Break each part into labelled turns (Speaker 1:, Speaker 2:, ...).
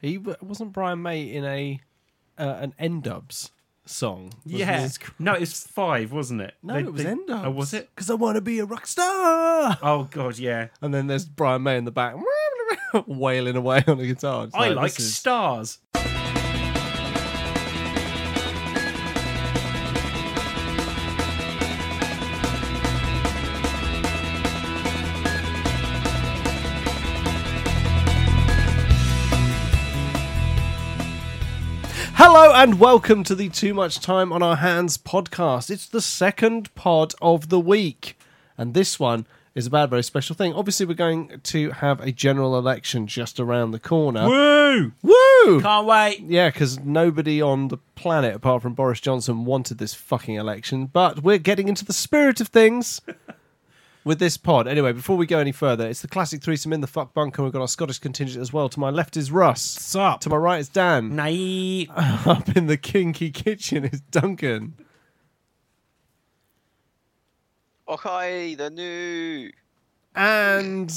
Speaker 1: He w- wasn't Brian May in a uh, an N Dubs song. was
Speaker 2: yeah.
Speaker 1: his-
Speaker 2: No, it was five, wasn't it?
Speaker 1: no,
Speaker 2: They-
Speaker 1: it was
Speaker 2: they-
Speaker 1: N Dubs.
Speaker 2: Oh, was it?
Speaker 1: Because I want to be a rock star.
Speaker 2: Oh god, yeah.
Speaker 1: And then there's Brian May in the back wailing away on a guitar. It's
Speaker 2: I like
Speaker 1: this is-
Speaker 2: stars.
Speaker 1: Hello and welcome to the Too Much Time on Our Hands podcast. It's the second pod of the week, and this one is about a very special thing. Obviously, we're going to have a general election just around the corner.
Speaker 2: Woo!
Speaker 1: Woo!
Speaker 2: Can't wait.
Speaker 1: Yeah, because nobody on the planet apart from Boris Johnson wanted this fucking election. But we're getting into the spirit of things with this pod. Anyway, before we go any further, it's the classic threesome in the fuck bunker. We've got our Scottish contingent as well. To my left is Russ.
Speaker 2: Sup?
Speaker 1: To my right is Dan.
Speaker 2: Nay.
Speaker 1: Up in the kinky kitchen is Duncan.
Speaker 3: Okay, Oh, the new.
Speaker 1: And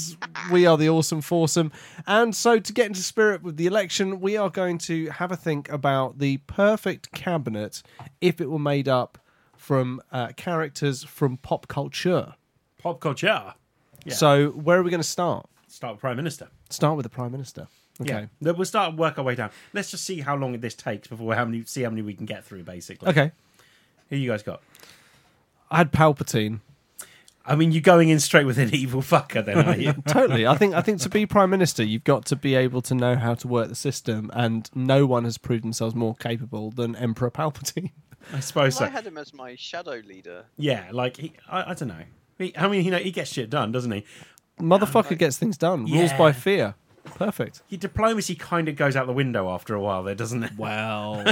Speaker 1: we are the awesome foursome. And so, to get into spirit with the election, we are going to have a think about the perfect cabinet if it were made up from uh, characters from pop culture.
Speaker 2: Pop culture. Yeah.
Speaker 1: So, where are we going to start?
Speaker 2: Start with Prime Minister.
Speaker 1: Start with the Prime Minister. Okay.
Speaker 2: Yeah. We'll start and work our way down. Let's just see how long this takes before how many see how many we can get through basically.
Speaker 1: Okay.
Speaker 2: Who you guys got?
Speaker 1: I had Palpatine.
Speaker 2: I mean you're going in straight with an evil fucker then, are you?
Speaker 1: Totally. I think I think to be prime minister, you've got to be able to know how to work the system, and no one has proved themselves more capable than Emperor Palpatine.
Speaker 2: I suppose
Speaker 3: Well, I
Speaker 2: so.
Speaker 3: had him as my shadow leader.
Speaker 2: Yeah, like he, I, I don't know. He, I mean, you know, he gets shit done, doesn't he?
Speaker 1: Motherfucker gets things done. Rules
Speaker 2: Yeah.
Speaker 1: by fear. Perfect.
Speaker 2: Your diplomacy kind of goes out the window after a while, there, doesn't it?
Speaker 1: Well,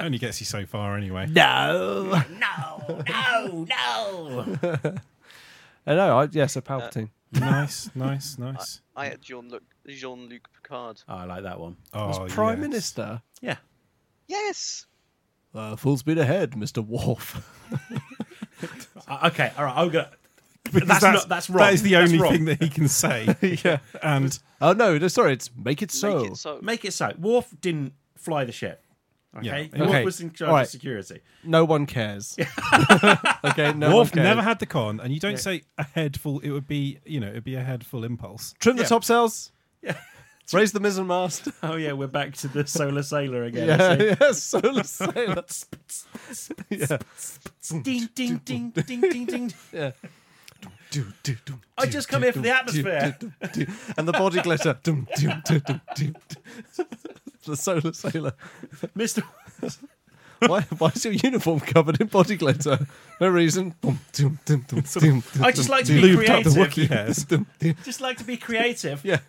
Speaker 4: Only gets you so far anyway.
Speaker 1: no,
Speaker 2: No, no, no.
Speaker 1: I know. I, yes, a Palpatine.
Speaker 4: Uh, nice, nice, nice.
Speaker 3: I had Jean Luc Jean Luc Picard.
Speaker 2: Oh, I like that one.
Speaker 4: Oh,
Speaker 1: As prime
Speaker 4: yes.
Speaker 1: minister.
Speaker 2: Yeah,
Speaker 3: Yes.
Speaker 1: Uh, full speed ahead, Mister Worf.
Speaker 2: Uh, okay, all right. I'm gonna.
Speaker 4: Because
Speaker 2: That's not- that's wrong.
Speaker 4: That is the
Speaker 2: That's
Speaker 4: only
Speaker 2: wrong.
Speaker 4: thing that he can say.
Speaker 1: yeah.
Speaker 4: And
Speaker 1: Oh no, no, sorry. It's make it so.
Speaker 3: Make it so.
Speaker 2: Make it so. Worf didn't fly the ship. Okay,
Speaker 4: Yeah.
Speaker 2: Worf
Speaker 1: Okay.
Speaker 2: was in charge
Speaker 1: All right.
Speaker 2: of security.
Speaker 1: No one cares. okay. No one
Speaker 4: Worf
Speaker 1: cares.
Speaker 4: never had the con, and you don't say a head full. It would be, you know, it'd be a head full impulse.
Speaker 1: Trim the
Speaker 2: Yeah.
Speaker 1: topsails.
Speaker 2: Yeah.
Speaker 1: Raise the mizzen mast.
Speaker 2: Oh yeah, we're back to the solar sailor again.
Speaker 1: Yeah,
Speaker 2: isn't it?
Speaker 1: yeah, solar sailor. yeah.
Speaker 2: Ding, ding, ding, ding, ding, ding.
Speaker 1: yeah. Dum, dum, dum,
Speaker 2: I
Speaker 1: dum,
Speaker 2: just come
Speaker 1: dum,
Speaker 2: here for the
Speaker 1: dum,
Speaker 2: atmosphere.
Speaker 1: dum, dum, dum, dum. and the body glitter. Dum, dum, dum, dum, dum, dum. the solar sailor.
Speaker 2: Mister.
Speaker 1: Why, why is your uniform covered in body glitter? No reason. Dum, dum, dum, dum, dum, dum,
Speaker 2: I just
Speaker 1: dum,
Speaker 2: like to
Speaker 1: dum,
Speaker 2: be
Speaker 4: Lubed up the
Speaker 2: creative.
Speaker 4: Wookiee hairs.
Speaker 1: dum, dum.
Speaker 2: Just like to be creative.
Speaker 1: Yeah.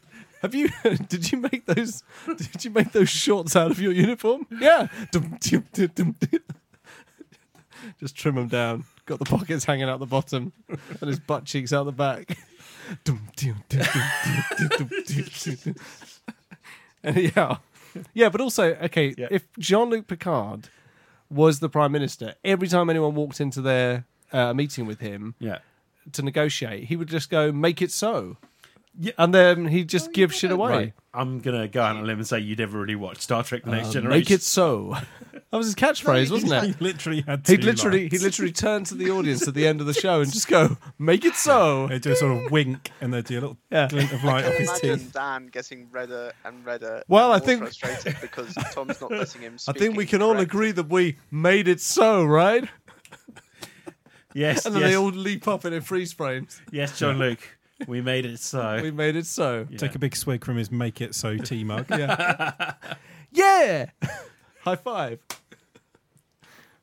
Speaker 1: Have you? Did you make those? Did you make those shorts out of your uniform? Yeah. Dum, dum, dum, dum, dum. Just trim them down. Got the pockets hanging out the bottom, and his butt cheeks out the back. Dum, dum, dum, dum, dum, dum, dum, dum, dum. Anyhow, yeah, but also okay.
Speaker 2: Yeah.
Speaker 1: If Jean Luc Picard was the prime minister, every time anyone walked into their uh, meeting with him,
Speaker 2: Yeah.
Speaker 1: to negotiate, he would just go make it so,
Speaker 2: Yeah.
Speaker 1: and then he'd
Speaker 4: Oh,
Speaker 1: just give shit away.
Speaker 2: Right. I'm gonna go out on a limb and say you never really watched Star Trek: The Next
Speaker 1: Uh,
Speaker 2: Generation.
Speaker 1: make it so. That was his catchphrase, wasn't
Speaker 4: He
Speaker 1: it?
Speaker 4: literally had.
Speaker 1: He'd
Speaker 4: two
Speaker 1: literally
Speaker 4: lines.
Speaker 1: he literally turn to the audience at the end of the show and just go, "Make it so."
Speaker 4: They do a sort of wink, and they do a little
Speaker 1: Yeah.
Speaker 4: glint of light off his
Speaker 3: Imagine
Speaker 4: teeth.
Speaker 3: Dan getting redder and redder.
Speaker 1: Well,
Speaker 3: and
Speaker 1: I
Speaker 3: more
Speaker 1: think-
Speaker 3: frustrated because Tom's not letting him.
Speaker 1: I
Speaker 3: Speak
Speaker 1: think we can all agree that we made it so, right?
Speaker 2: Yes.
Speaker 1: And then
Speaker 2: yes.
Speaker 1: they all leap up and it freeze frames.
Speaker 2: Yes, John Luke, we made it so.
Speaker 1: We made it so.
Speaker 2: Yeah.
Speaker 4: Take a big swig from his "Make It So" tea mug.
Speaker 1: Yeah. High five.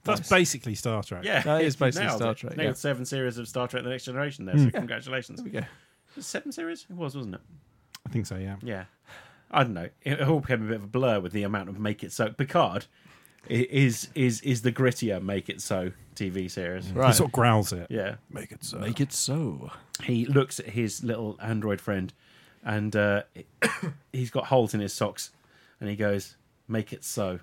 Speaker 4: That's basically Star Trek.
Speaker 2: yeah,
Speaker 1: That is
Speaker 2: you
Speaker 1: basically
Speaker 2: nailed
Speaker 1: Star
Speaker 2: it.
Speaker 1: Trek,
Speaker 2: Nailed
Speaker 1: yeah. Hmm.
Speaker 2: seven series of Star Trek: The Next Generation. There, so congratulations.
Speaker 1: we go.
Speaker 2: Seven series? It was, wasn't it?
Speaker 4: I think so. Yeah.
Speaker 2: Yeah. I don't know. It all became a bit of a blur with the amount of make it so. Picard i- is is is the grittier make it so TV series.
Speaker 4: He
Speaker 1: Right.
Speaker 4: sort of growls it.
Speaker 2: Yeah.
Speaker 4: Make it so.
Speaker 1: Make it so.
Speaker 2: He looks at his little android friend, and uh, he's got holes in his socks, and he goes, "Make it so."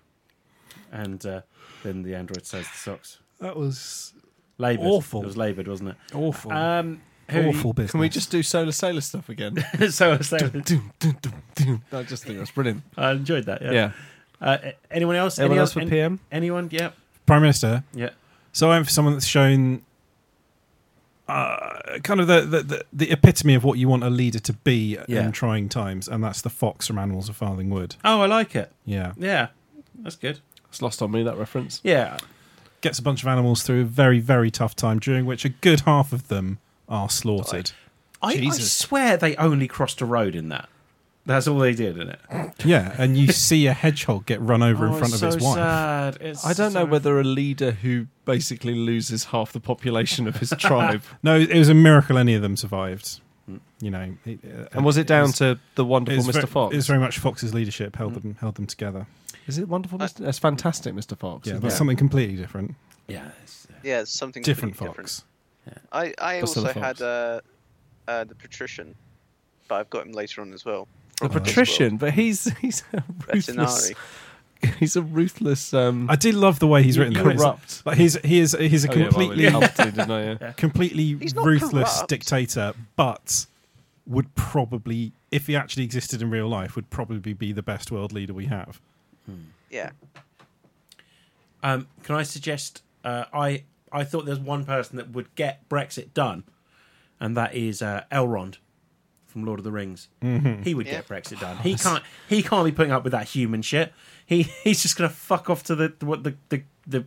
Speaker 2: And uh, then the android says the socks.
Speaker 4: That was
Speaker 2: Labored.
Speaker 4: Awful.
Speaker 2: It was labored, wasn't it?
Speaker 4: awful.
Speaker 2: Um, Who-
Speaker 4: Awful business.
Speaker 1: Can we just do Solar Sailor stuff again?
Speaker 2: so I, was saying,
Speaker 1: Doom, doom, doom, doom. I just think that's brilliant.
Speaker 2: I enjoyed that. Yeah.
Speaker 1: Yeah.
Speaker 2: Uh, anyone else?
Speaker 1: Anyone
Speaker 2: Any-
Speaker 1: else with
Speaker 2: any-
Speaker 1: PM?
Speaker 2: Anyone? Yeah.
Speaker 4: Prime Minister?
Speaker 2: Yeah.
Speaker 4: So I'm someone that's shown uh, kind of the, the, the, the epitome of what you want a leader to be
Speaker 2: Yeah.
Speaker 4: in trying times, and that's the fox from Animals of Farthing Wood.
Speaker 2: Oh, I like it.
Speaker 4: Yeah.
Speaker 2: Yeah. That's good.
Speaker 1: It's lost on me that reference.
Speaker 2: Yeah.
Speaker 4: Gets a bunch of animals through a very, very tough time, during which a good half of them are slaughtered.
Speaker 2: I, I
Speaker 1: Jesus.
Speaker 2: swear they only crossed a road in that. That's all they did in it.
Speaker 4: Yeah, and you see a hedgehog get run over in
Speaker 2: Oh,
Speaker 4: front
Speaker 2: it's
Speaker 4: of
Speaker 2: so
Speaker 4: his wife.
Speaker 2: sad. It's
Speaker 1: I don't know
Speaker 2: so-
Speaker 1: whether a leader who basically loses half the population of his tribe.
Speaker 4: No, it was a miracle any of them survived. You know, it- uh,
Speaker 1: Hmm. And was it down
Speaker 4: was-
Speaker 1: to the wonderful
Speaker 4: it's
Speaker 1: Mr.
Speaker 4: very-
Speaker 1: Fox? Hmm.
Speaker 4: It's very much Fox's leadership held them held them together.
Speaker 1: Is it wonderful Mr. It's fantastic, Mr. Fox.
Speaker 4: Yeah,
Speaker 1: isn't
Speaker 4: but
Speaker 1: it?
Speaker 4: something completely different,
Speaker 2: Yeah. it's-
Speaker 3: Yeah, it's something
Speaker 4: different
Speaker 3: completely
Speaker 4: Fox.
Speaker 3: I, I
Speaker 1: That's
Speaker 3: also
Speaker 1: still a
Speaker 3: had uh, uh, the patrician, but I've got him later on as well.
Speaker 1: the
Speaker 3: From this
Speaker 1: patrician, but he's he's a
Speaker 3: world.
Speaker 1: ruthless.
Speaker 3: Retinari.
Speaker 1: He's a ruthless. Um,
Speaker 4: I do love the way he's written. though. It's
Speaker 1: corrupt.
Speaker 4: Like he's he is he's a
Speaker 1: Oh, yeah, well,
Speaker 4: completely
Speaker 1: we helped him, didn't I? Yeah.
Speaker 4: completely
Speaker 3: He's not
Speaker 4: ruthless
Speaker 3: corrupt.
Speaker 4: dictator, but would probably, if he actually existed in real life, would probably be the best world leader we have.
Speaker 3: Yeah.
Speaker 2: Um, can I suggest? Uh, I I thought there's one person that would get Brexit done, and that is uh, Elrond from Lord of the Rings.
Speaker 4: Mm-hmm.
Speaker 2: He would get Brexit done. He can't. He can't be putting up with that human shit. He he's just gonna fuck off to the what the the. the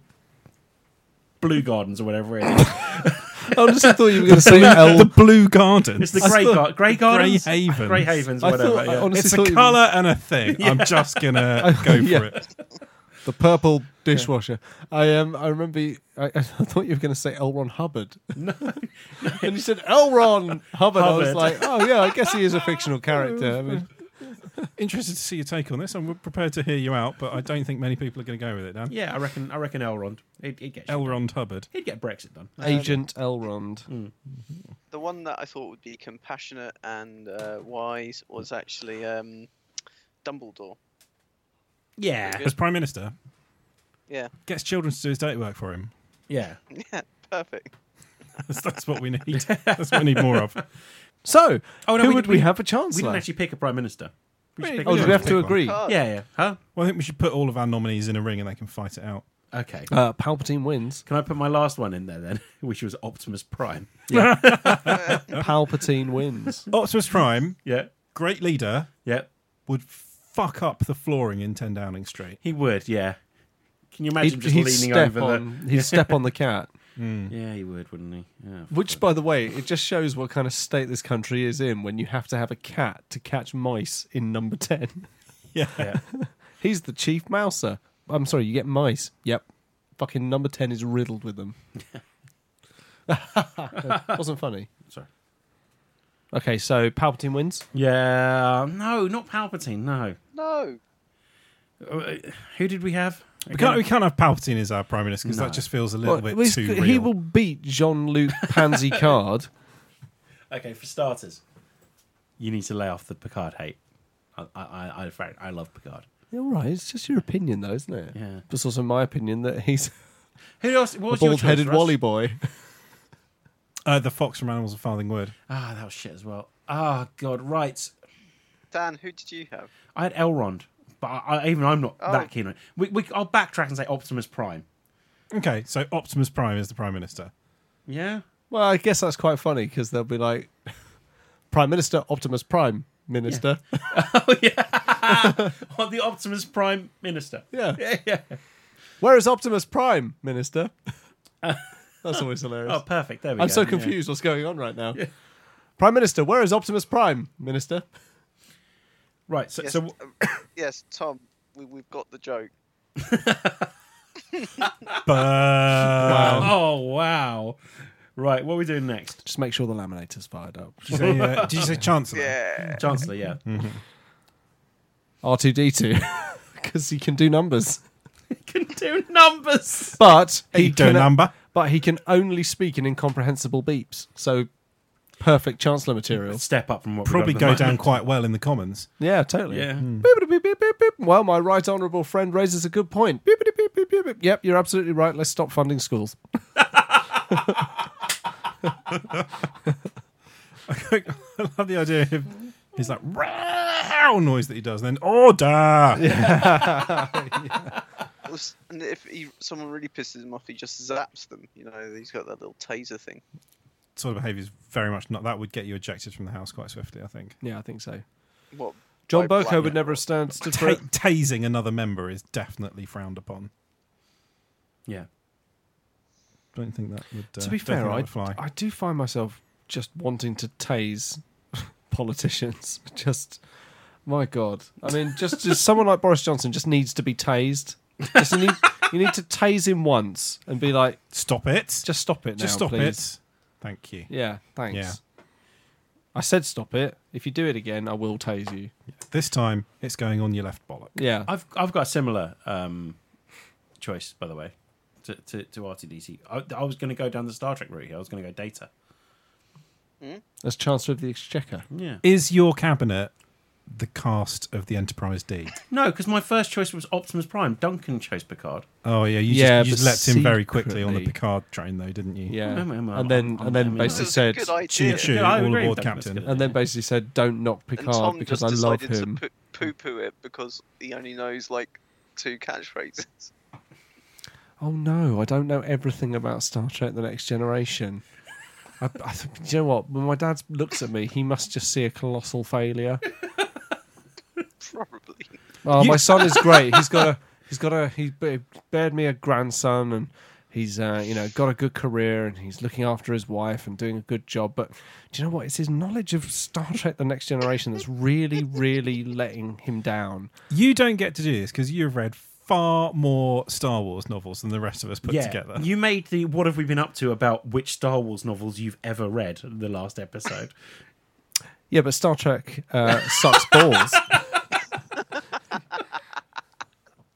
Speaker 2: Blue Gardens or whatever it is.
Speaker 1: I honestly thought you were going to say
Speaker 4: The
Speaker 1: El.
Speaker 4: Blue Gardens.
Speaker 2: It's the Grey, gar- Grey Gardens?
Speaker 4: Havens.
Speaker 2: Grey Havens,
Speaker 1: I
Speaker 2: whatever.
Speaker 1: thought, I
Speaker 2: yeah.
Speaker 1: honestly
Speaker 4: It's
Speaker 1: thought
Speaker 4: a
Speaker 1: you-
Speaker 4: colour and a thing. I'm just gonna go for
Speaker 1: Oh, Yeah.
Speaker 4: it.
Speaker 1: the purple dishwasher. I um, I remember. you- I, I thought you were going to say Elron Hubbard. No, and you said Elron Hubbard. I was
Speaker 2: Hubbard.
Speaker 1: like, oh yeah, I guess he is a fictional character. I mean,
Speaker 4: Interested to see your take on this. I'm prepared to hear you out, but I don't think many people are going to go with it, Dan.
Speaker 2: Yeah, I reckon. I reckon Elrond. He'd, he'd get.
Speaker 4: Elrond Hubbard.
Speaker 2: he'd get Brexit done.
Speaker 1: Agent Elrond.
Speaker 2: Mm.
Speaker 3: The one that I thought would be compassionate and uh, wise was actually um, Dumbledore.
Speaker 2: Yeah,
Speaker 4: As Prime Minister,
Speaker 3: Yeah.
Speaker 4: gets children to do his dirty work for him.
Speaker 2: yeah.
Speaker 3: Yeah, perfect.
Speaker 4: That's, that's what we need. That's what we need more of.
Speaker 1: So,
Speaker 2: Oh, no,
Speaker 1: who
Speaker 2: we-
Speaker 1: would we,
Speaker 2: we-
Speaker 1: have a chance?
Speaker 2: We didn't
Speaker 1: like?
Speaker 2: actually pick a prime minister. We should pick
Speaker 1: oh,
Speaker 2: a
Speaker 1: do
Speaker 2: prime
Speaker 1: we have to
Speaker 4: Pick one.
Speaker 1: agree?
Speaker 3: Card.
Speaker 2: Yeah, yeah. Huh?
Speaker 4: Well, I think we should put all of our nominees in a ring and they can fight it out.
Speaker 2: Okay.
Speaker 1: Uh, Palpatine wins.
Speaker 2: Can I put my last one in there then, which was Optimus Prime?
Speaker 1: Palpatine wins.
Speaker 4: Optimus Prime,
Speaker 2: Yeah.
Speaker 4: great leader,
Speaker 2: Yeah.
Speaker 4: would fuck up the flooring in 10 Downing Street.
Speaker 2: He would, yeah. Can you imagine just
Speaker 1: he'd
Speaker 2: leaning
Speaker 1: step
Speaker 2: over
Speaker 1: on, He'd step on the cat.
Speaker 2: the. Yeah, he would, wouldn't he? Yeah.
Speaker 1: Which, by the way, it just shows what kind of state this country is in when you have to have a cat to catch mice in number 10.
Speaker 2: yeah.
Speaker 1: He's the chief mouser. I'm sorry, you get mice. Yep. Fucking number 10 is riddled with them. Wasn't funny.
Speaker 2: Sorry.
Speaker 1: Okay, so Palpatine wins.
Speaker 2: Yeah. No, not Palpatine, no.
Speaker 3: No.
Speaker 2: Uh, Who did we have?
Speaker 4: We can't, we can't have Palpatine as our Prime Minister because that just feels a little
Speaker 1: Well,
Speaker 4: bit
Speaker 1: he's-
Speaker 4: too
Speaker 1: he
Speaker 4: real.
Speaker 1: will beat Jean Luc Pansy Card.
Speaker 2: Okay, for starters, you need to lay off the Picard hate. I, I, I, in fact, I love Picard.
Speaker 1: Yeah, all right, it's just your opinion, though, isn't it?
Speaker 2: Yeah.
Speaker 1: It's also my opinion that he's
Speaker 2: Who else? What
Speaker 1: a
Speaker 2: was your choice,
Speaker 1: bald headed
Speaker 2: Russ?
Speaker 1: Wally boy.
Speaker 4: Uh, the Fox from Animals of Farthing Wood.
Speaker 2: Ah, that was shit as well. Ah, God, right.
Speaker 3: Dan, who did you have?
Speaker 2: I had Elrond, but I, I, even I'm not
Speaker 3: Oh.
Speaker 2: that keen on it. We, we, I'll backtrack and say Optimus Prime.
Speaker 4: Okay, so Optimus Prime is the Prime Minister.
Speaker 2: Yeah.
Speaker 1: Well, I guess that's quite funny because they'll be like, Prime Minister Optimus Prime Minister. Yeah.
Speaker 2: Or the Optimus Prime Minister.
Speaker 1: Where is Optimus Prime Minister? that's always hilarious.
Speaker 2: Oh, perfect. There we go.
Speaker 1: I'm so
Speaker 2: Yeah.
Speaker 1: confused what's going on right now. Prime Minister, where is Optimus Prime Minister?
Speaker 2: Right. So,
Speaker 3: Yes,
Speaker 2: so
Speaker 3: um, yes Tom, we, we've got the joke.
Speaker 4: But Uh,
Speaker 1: Um,
Speaker 2: oh wow. Right. What are we doing next?
Speaker 1: Just make sure the laminator's fired up.
Speaker 4: did, you say, uh, did you say Chancellor?
Speaker 3: Yeah.
Speaker 2: Chancellor. Yeah.
Speaker 1: R2D2 because he can do numbers,
Speaker 2: Can do numbers.
Speaker 1: but he,
Speaker 4: He do
Speaker 1: can
Speaker 4: number.
Speaker 1: but he can only speak in incomprehensible beeps. So perfect Chancellor material.
Speaker 2: Step up from what. we've
Speaker 4: Probably
Speaker 2: got
Speaker 4: go
Speaker 2: at the
Speaker 4: down
Speaker 2: moment.
Speaker 4: quite well in the Commons.
Speaker 1: Yeah, totally.
Speaker 2: Yeah.
Speaker 1: Beep, beep, beep, beep, beep. Well, my right honourable friend raises a good point. Beep, beep, beep, beep, beep, beep. Yep, you're absolutely right. Let's stop funding schools.
Speaker 4: I love the idea of his like row noise that he does, and then order.
Speaker 3: Plus- And if he, someone really pisses him off, he just zaps them. You know, he's got that little taser thing.
Speaker 4: Sort of behaviour is very much not that would get you ejected from the house quite swiftly. I think
Speaker 1: Yeah, I think so.
Speaker 3: What?
Speaker 1: John
Speaker 3: by
Speaker 1: Burko would
Speaker 3: blackmail.
Speaker 1: never have stand, stood for
Speaker 4: Ta-
Speaker 1: it.
Speaker 4: tasing another member is definitely frowned upon.
Speaker 2: Yeah.
Speaker 4: Don't think that would.
Speaker 1: to
Speaker 4: Uh,
Speaker 1: be
Speaker 4: don't think
Speaker 1: fair,
Speaker 4: that
Speaker 1: I,
Speaker 4: would fly.
Speaker 1: I do find myself just wanting to tase politicians. Just my God, I mean, just just someone like Boris Johnson just needs to be tased. Just you need you need to tase him once and be like,
Speaker 4: stop it.
Speaker 1: just stop it now,
Speaker 4: Just stop
Speaker 1: please.
Speaker 4: it. Thank you.
Speaker 1: Yeah, thanks.
Speaker 4: Yeah.
Speaker 1: I said stop it. If you do it again, I will tase you.
Speaker 4: This time it's going on your left bollock.
Speaker 1: Yeah.
Speaker 2: I've I've got a similar um, choice, by the way, to to, to RTDC. I, I was going to go down the Star Trek route here. I was going to go data.
Speaker 1: As Chancellor of the Exchequer.
Speaker 2: Yeah.
Speaker 4: Is your cabinet the cast of the Enterprise D?
Speaker 2: No, because my first choice was Optimus Prime. Duncan chose Picard.
Speaker 4: Oh yeah, you
Speaker 1: Yeah,
Speaker 4: just, you
Speaker 1: but
Speaker 4: just leapt in very quickly on the
Speaker 1: secretly-
Speaker 4: Picard train, though, didn't you?
Speaker 1: Yeah.
Speaker 2: I'm- I'm- I'm-
Speaker 1: and then
Speaker 2: I'm-
Speaker 1: and then
Speaker 2: I'm-
Speaker 1: basically
Speaker 2: That's
Speaker 3: That's a
Speaker 1: said
Speaker 3: good idea.
Speaker 4: Choo choo,
Speaker 2: Yeah, I
Speaker 4: all
Speaker 2: agree,
Speaker 4: aboard,
Speaker 2: Duncan, that's
Speaker 4: Captain.
Speaker 2: good.
Speaker 1: and then basically said, Don't knock
Speaker 3: And Tom
Speaker 1: Picard because
Speaker 3: just
Speaker 1: I love
Speaker 3: decided
Speaker 1: him.
Speaker 3: to poo poo it because he only knows like two catchphrases.
Speaker 1: Oh no, I don't know everything about Star Trek: The Next Generation. I, I, th- do you know what? When my dad looks at me, he must just see a colossal failure.
Speaker 3: Probably.
Speaker 1: Oh,
Speaker 4: You-
Speaker 1: my son is great. He's got a he's got a he b- bared me a grandson, and he's uh, you know got a good career, and he's looking after his wife and doing a good job. But do you know what? It's his knowledge of Star Trek: The Next Generation that's really, really letting him down.
Speaker 4: You don't get to do this because you've read far more Star Wars novels than the rest of us put
Speaker 2: yeah,
Speaker 4: together.
Speaker 2: you made the what have we been up to about which Star Wars novels you've ever read in the last episode.
Speaker 1: Yeah, but Star Trek uh, sucks balls.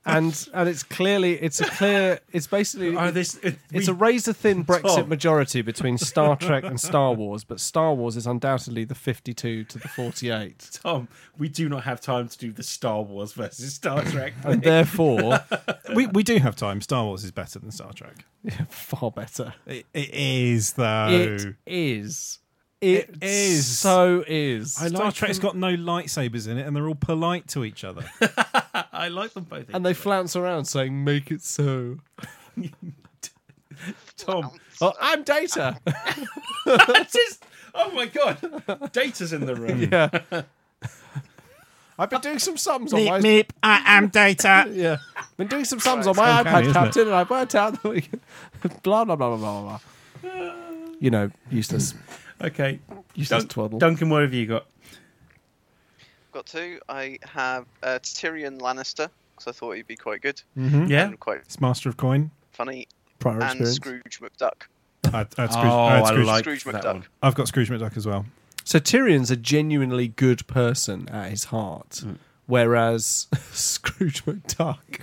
Speaker 1: and and it's clearly it's a clear it's basically
Speaker 2: oh, this it-
Speaker 1: it's
Speaker 2: we-
Speaker 1: a razor thin Brexit
Speaker 2: Tom.
Speaker 1: majority between Star Trek and Star Wars, but Star Wars is undoubtedly the fifty-two to the forty-eight,
Speaker 2: Tom. We do not have time to do the Star Wars versus Star Trek.
Speaker 1: and therefore
Speaker 4: we, we do have time. Star Wars is better than Star Trek.
Speaker 1: yeah, far better.
Speaker 4: It, it is though.
Speaker 1: It is.
Speaker 4: It
Speaker 1: it
Speaker 4: is.
Speaker 1: So is.
Speaker 4: Star Trek's got no lightsabers in it, and they're all polite to each other.
Speaker 2: I like them both.
Speaker 1: and they flounce around saying, "Make it so."
Speaker 2: Tom,
Speaker 1: Oh, I'm Data.
Speaker 2: just oh my god, Data's in the room.
Speaker 1: yeah. I've been doing some sums on my
Speaker 4: I am Data.
Speaker 1: yeah. Been doing some sums on
Speaker 4: It's
Speaker 1: my
Speaker 4: uncanny,
Speaker 1: iPad,
Speaker 4: isn't it?
Speaker 1: Captain, and I worked out that we can blah blah blah blah blah blah. You know, useless,
Speaker 2: Okay,
Speaker 1: useless
Speaker 2: Dun-
Speaker 1: twaddle.
Speaker 2: Duncan, what have you got?
Speaker 3: Got two. I have uh, Tyrion Lannister because I thought he'd be quite good
Speaker 1: Mm-hmm.
Speaker 2: Yeah,
Speaker 3: and quite
Speaker 4: It's Master of Coin.
Speaker 3: funny,
Speaker 1: Prior
Speaker 3: and
Speaker 1: experience.
Speaker 3: Scrooge McDuck.
Speaker 4: I, I Scrooge, I had Scrooge-
Speaker 3: Scrooge
Speaker 2: that
Speaker 3: McDuck.
Speaker 2: one.
Speaker 4: I've got Scrooge McDuck as well.
Speaker 1: So Tyrion's a genuinely good person at his heart,
Speaker 4: Hmm.
Speaker 1: whereas Scrooge McDuck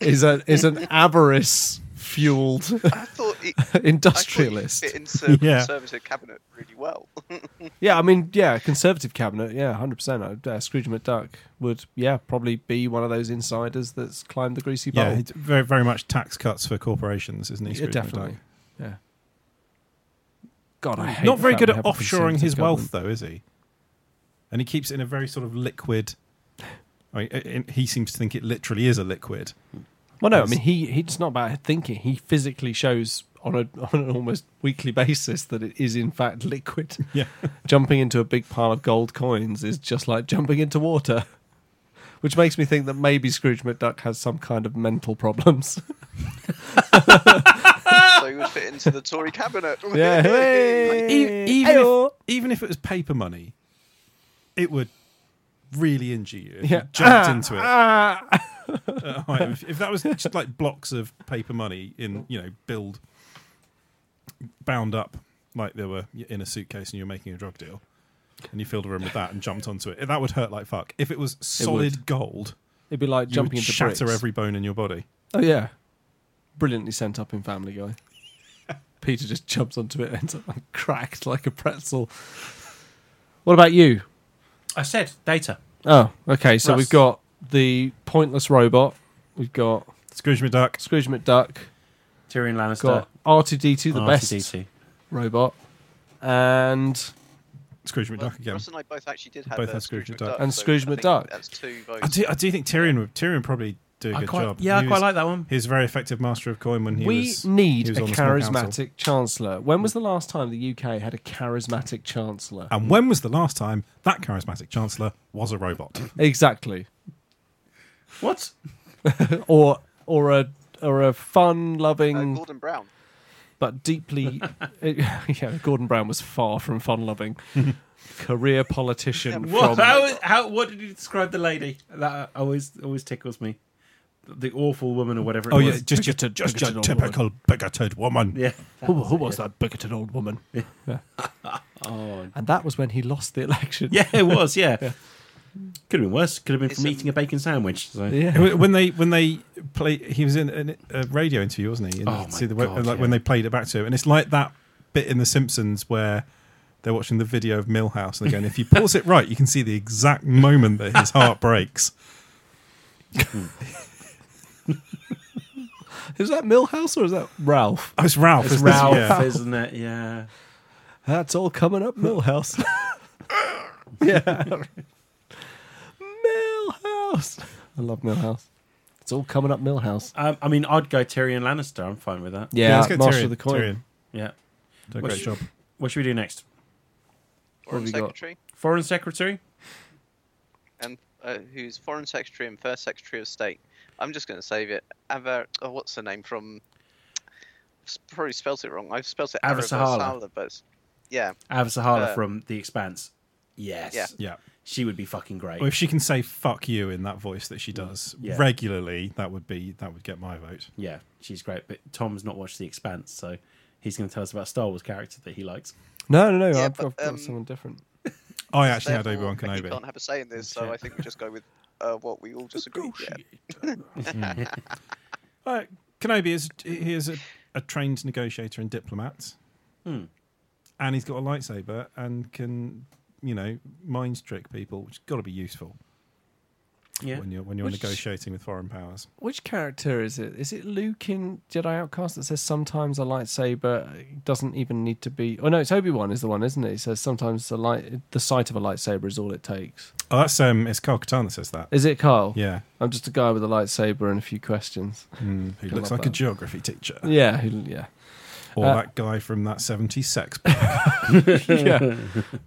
Speaker 1: is a is an avarice fueled
Speaker 3: I thought he, I thought he
Speaker 1: industrialist.
Speaker 3: fit into the
Speaker 4: Yeah.
Speaker 3: Conservative cabinet really well.
Speaker 1: Yeah, I mean, yeah, conservative cabinet, yeah, hundred percent. Uh, Scrooge McDuck would, yeah, probably be one of those insiders that's climbed the greasy pole.
Speaker 4: Yeah, it's very very much tax cuts for corporations, isn't he?
Speaker 1: Oh. Yeah,
Speaker 4: Scrooge
Speaker 1: definitely.
Speaker 4: McDuck?
Speaker 1: Yeah. God, I hate
Speaker 4: Not very
Speaker 1: the
Speaker 4: good at
Speaker 1: fact we have a
Speaker 4: offshoring his
Speaker 1: Conservative
Speaker 4: wealth, though, is he? And he keeps it in a very sort of liquid. I mean, i- i- he seems to think it literally is a liquid.
Speaker 1: government. Well, no, I mean he he- it's not about thinking. He physically shows on a on an almost weekly basis that it is in fact liquid.
Speaker 4: Yeah,
Speaker 1: jumping into a big pile of gold coins is just like jumping into water. Which makes me think that maybe Scrooge McDuck has some kind of mental problems.
Speaker 3: so he would fit into the Tory cabinet.
Speaker 1: Yeah. Hey.
Speaker 4: E- even,
Speaker 1: Ayo.
Speaker 4: if, even if it was paper money, it would really injure you if
Speaker 1: Yeah. Ah,
Speaker 4: you jumped into it. at a height of- if that was just like blocks of paper money in, you know, build bound up like they were in a suitcase and you were making a drug deal and you filled a room with that and jumped onto it, eh, that would hurt like fuck. If it was solid gold,
Speaker 1: It'd be like
Speaker 4: you
Speaker 1: jumping
Speaker 4: would
Speaker 1: into
Speaker 4: shatter
Speaker 1: bricks.
Speaker 4: every bone in your body.
Speaker 1: Oh yeah, brilliantly sent up in Family Guy. Peter just jumps onto it and ends up like cracked like a pretzel. What about you?
Speaker 2: I said Data.
Speaker 1: Oh, okay. So
Speaker 2: Russ.
Speaker 1: we've got the pointless robot. We've got
Speaker 4: Scrooge McDuck.
Speaker 1: Scrooge McDuck.
Speaker 2: Tyrion Lannister.
Speaker 1: Got R two D two, the best
Speaker 2: RTDT.
Speaker 1: robot, and
Speaker 4: Scrooge
Speaker 3: Well,
Speaker 4: McDuck again.
Speaker 3: Russ and I both actually did have
Speaker 4: Both
Speaker 3: uh,
Speaker 4: had Scrooge McDuck.
Speaker 1: And
Speaker 3: so
Speaker 1: Scrooge
Speaker 3: I think
Speaker 1: McDuck.
Speaker 3: That's two votes.
Speaker 4: I do, I do think Tyrion would Tyrion probably do a
Speaker 2: I
Speaker 4: good
Speaker 2: quite,
Speaker 4: job.
Speaker 2: yeah,
Speaker 4: He
Speaker 2: I quite
Speaker 4: was-
Speaker 2: like that one.
Speaker 4: He's a very effective master of coin when he
Speaker 1: we
Speaker 4: was.
Speaker 1: need
Speaker 4: he
Speaker 1: a
Speaker 4: was on the small council.
Speaker 1: charismatic chancellor. When was the last time the UK had a charismatic chancellor?
Speaker 4: And when was the last time that charismatic chancellor was a robot?
Speaker 1: Exactly.
Speaker 2: What?
Speaker 1: Or or a or a
Speaker 3: Uh,
Speaker 4: um,
Speaker 1: fun-loving
Speaker 3: Gordon Brown.
Speaker 1: but deeply yeah, Gordon Brown was far from fun-loving career politician
Speaker 3: Yeah,
Speaker 2: What?
Speaker 1: from
Speaker 2: How, how? What did you describe the lady? That always always tickles me. The awful woman or whatever. It
Speaker 4: Oh
Speaker 2: was.
Speaker 4: yeah, just your,
Speaker 1: bigoted-
Speaker 4: just your
Speaker 1: bigoted old
Speaker 4: typical bigoted woman.
Speaker 2: yeah.
Speaker 1: who, who was that bigoted old woman?
Speaker 2: Oh,
Speaker 1: And that was when he lost the election.
Speaker 2: yeah, it was. Yeah, could have been worse. Could have been
Speaker 3: It's
Speaker 2: from
Speaker 3: a-
Speaker 2: eating a bacon sandwich. So.
Speaker 1: Yeah.
Speaker 4: When they when they play, he was in an, a radio interview, wasn't he? And
Speaker 2: Oh
Speaker 4: you
Speaker 2: my
Speaker 4: see the way-
Speaker 2: God,
Speaker 4: like
Speaker 2: yeah.
Speaker 4: when they played it back to him, and it's like that bit in The Simpsons where they're watching the video of Millhouse, and they're going, "If you pause it right, you can see the exact moment that his heart breaks."
Speaker 1: Is that Millhouse or is that Ralph?
Speaker 4: Oh, it's Ralph.
Speaker 1: It's
Speaker 4: isn't it?
Speaker 1: Ralph.
Speaker 4: Yeah.
Speaker 2: isn't it? Yeah.
Speaker 1: That's all coming up, Millhouse. yeah. Millhouse. I love Millhouse. It's all coming up, Millhouse.
Speaker 2: Um, I mean, I'd go Tyrion Lannister. I'm fine with that.
Speaker 1: Yeah,
Speaker 4: let's go
Speaker 1: Master of
Speaker 4: Tyrion.
Speaker 1: the Coin.
Speaker 4: Tyrion.
Speaker 2: Yeah.
Speaker 4: Did a
Speaker 2: What's-
Speaker 4: great job.
Speaker 2: What should we do next?
Speaker 3: Foreign
Speaker 1: have you got?
Speaker 3: Secretary,
Speaker 2: Foreign Secretary.
Speaker 3: and uh, who's Foreign Secretary and First Secretary of State. I'm just going to save it. Aver, oh, what's her name from? s- Probably spelt it wrong. I've spelt it
Speaker 2: Avisahala.
Speaker 3: Avisahala, but it's- yeah,
Speaker 2: Avasahala
Speaker 3: Uh,
Speaker 2: from The Expanse. Yes.
Speaker 3: Yeah.
Speaker 4: Yeah.
Speaker 2: She would be fucking great.
Speaker 4: Well, if she can say "fuck you" in that voice that she does
Speaker 2: Yeah.
Speaker 4: regularly, that would be that would get my vote.
Speaker 2: yeah, she's great. But Tom's not watched The Expanse, so he's going to tell us about Star Wars character that he likes.
Speaker 1: No, no, no.
Speaker 3: Yeah,
Speaker 1: I've,
Speaker 3: but,
Speaker 1: I've got
Speaker 3: um,
Speaker 1: someone different.
Speaker 4: I actually had Obi
Speaker 3: Therefore,
Speaker 4: Wan
Speaker 3: Becky
Speaker 4: Kenobi.
Speaker 3: can't have a say in this, so I think we just go with uh, what we all just agreed. Yeah.
Speaker 4: Uh, Kenobi is he is a, a trained negotiator and diplomat,
Speaker 1: Hmm.
Speaker 4: and he's got a lightsaber and can you know mind trick people, which has got to be useful
Speaker 2: Yeah.
Speaker 4: when you're when you're
Speaker 1: Which-
Speaker 4: negotiating with foreign powers.
Speaker 1: Which character is it? Is it Luke in Jedi Outcast that says sometimes a lightsaber doesn't even need to be? Oh no, it's Obi Wan is the one, isn't it? He says sometimes the light, the sight of a lightsaber is all it takes.
Speaker 4: Oh, that's um, it's Carl Katan that says that.
Speaker 1: Is it Carl?
Speaker 4: Yeah,
Speaker 1: I'm just a guy with a lightsaber and a few questions.
Speaker 4: Mm, who looks
Speaker 1: love
Speaker 4: like a
Speaker 1: that.
Speaker 4: geography teacher,
Speaker 1: Yeah, who- yeah,
Speaker 4: or
Speaker 1: Uh,
Speaker 4: that guy from that '70s sex.
Speaker 1: yeah.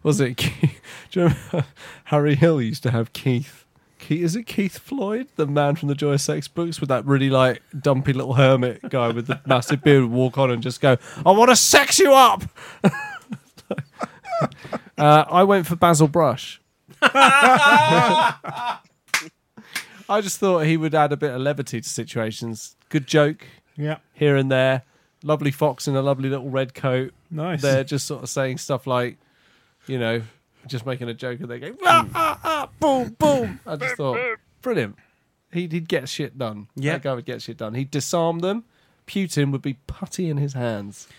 Speaker 1: Was it? Keith? Do you remember Harry Hill used to have Keith? Keith is it Keith Floyd, the man from the Joy of Sex books, with that really like dumpy little hermit guy with the massive beard, would walk on and just go, "I want to sex you up." uh, I went for Basil Brush. I just thought he would add a bit of levity to situations. Good joke,
Speaker 4: yeah,
Speaker 1: here and there. Lovely fox in a lovely little red coat.
Speaker 4: nice.
Speaker 1: They're just sort of saying stuff like, you know, just making a joke and they're going, ah, ah, ah, boom, boom. I just thought, brilliant. He'd, he'd get shit done.
Speaker 2: Yeah.
Speaker 1: That guy would get shit done. He'd disarm them. Putin would be putty in his hands.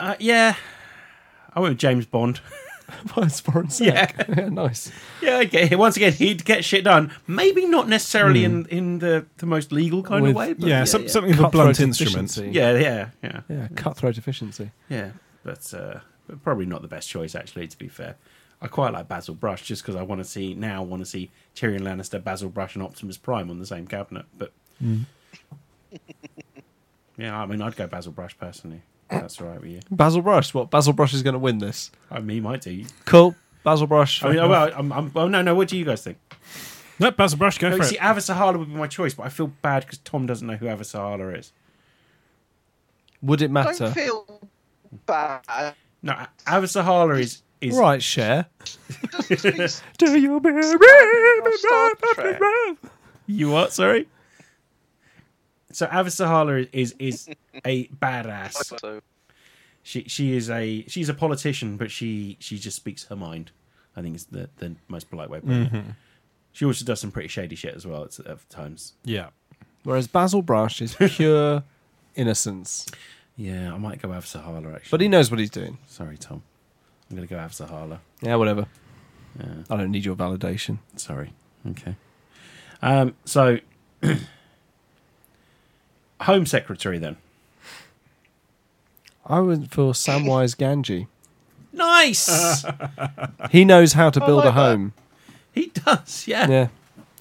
Speaker 2: Uh, yeah. I went with James Bond.
Speaker 1: Vice foreign sec. yeah, nice.
Speaker 2: Yeah, okay. Once again, he'd get shit done. Maybe not necessarily in, in the, the most legal kind
Speaker 1: With-
Speaker 2: of way. But
Speaker 4: Hmm. yeah, some,
Speaker 2: yeah.
Speaker 4: something of a blunt
Speaker 1: Cutthroat
Speaker 4: instrument.
Speaker 1: efficiency.
Speaker 2: Yeah, yeah, yeah,
Speaker 1: Yeah, cutthroat efficiency.
Speaker 2: yeah. But, uh, but probably not the best choice, actually. To be fair, I quite like Basil Brush just because I want to see now want to see Tyrion Lannister, Basil Brush, and Optimus Prime on the same cabinet. But
Speaker 4: Mm.
Speaker 2: yeah, I mean, I'd go Basil Brush personally. if That's all right with you.
Speaker 1: Basil Brush. What? Basil Brush is going to win this.
Speaker 2: I mean, might do.
Speaker 1: Cool. Basil Brush.
Speaker 2: I mean, oh, well, I'm, I'm, well, no, no. What do you guys think?
Speaker 4: No, Basil Brush, go
Speaker 1: Oh,
Speaker 2: No, you
Speaker 4: for
Speaker 2: see,
Speaker 4: it.
Speaker 2: Avasahala would be my choice, but I feel bad because Tom doesn't know who Avasahala is.
Speaker 1: would it matter?
Speaker 3: Don't feel bad.
Speaker 2: No, A- Avasahala is is
Speaker 1: Right, share.
Speaker 3: Just please-
Speaker 1: Do you believe
Speaker 3: Star Trek.
Speaker 2: You what? Sorry. So Avasahala is is a badass.
Speaker 3: so,
Speaker 2: She she is a she's a politician, but she she just speaks her mind. I think is the the most polite way. Of putting it. She also does some pretty shady shit as well at, at times.
Speaker 4: Yeah,
Speaker 1: Whereas Basil Brush is pure innocence.
Speaker 2: Yeah, I might go Avasahala actually.
Speaker 1: But he knows what he's doing.
Speaker 2: Sorry, Tom. I'm gonna go Avasahala.
Speaker 1: Yeah, whatever.
Speaker 2: Yeah.
Speaker 1: I don't need your validation.
Speaker 2: Sorry. Okay. Um, so, Home Secretary then.
Speaker 1: I went for Samwise Ganji.
Speaker 2: Nice.
Speaker 1: He knows how to
Speaker 3: I
Speaker 1: build
Speaker 3: like
Speaker 1: a home.
Speaker 2: he does. Yeah.
Speaker 1: Yeah.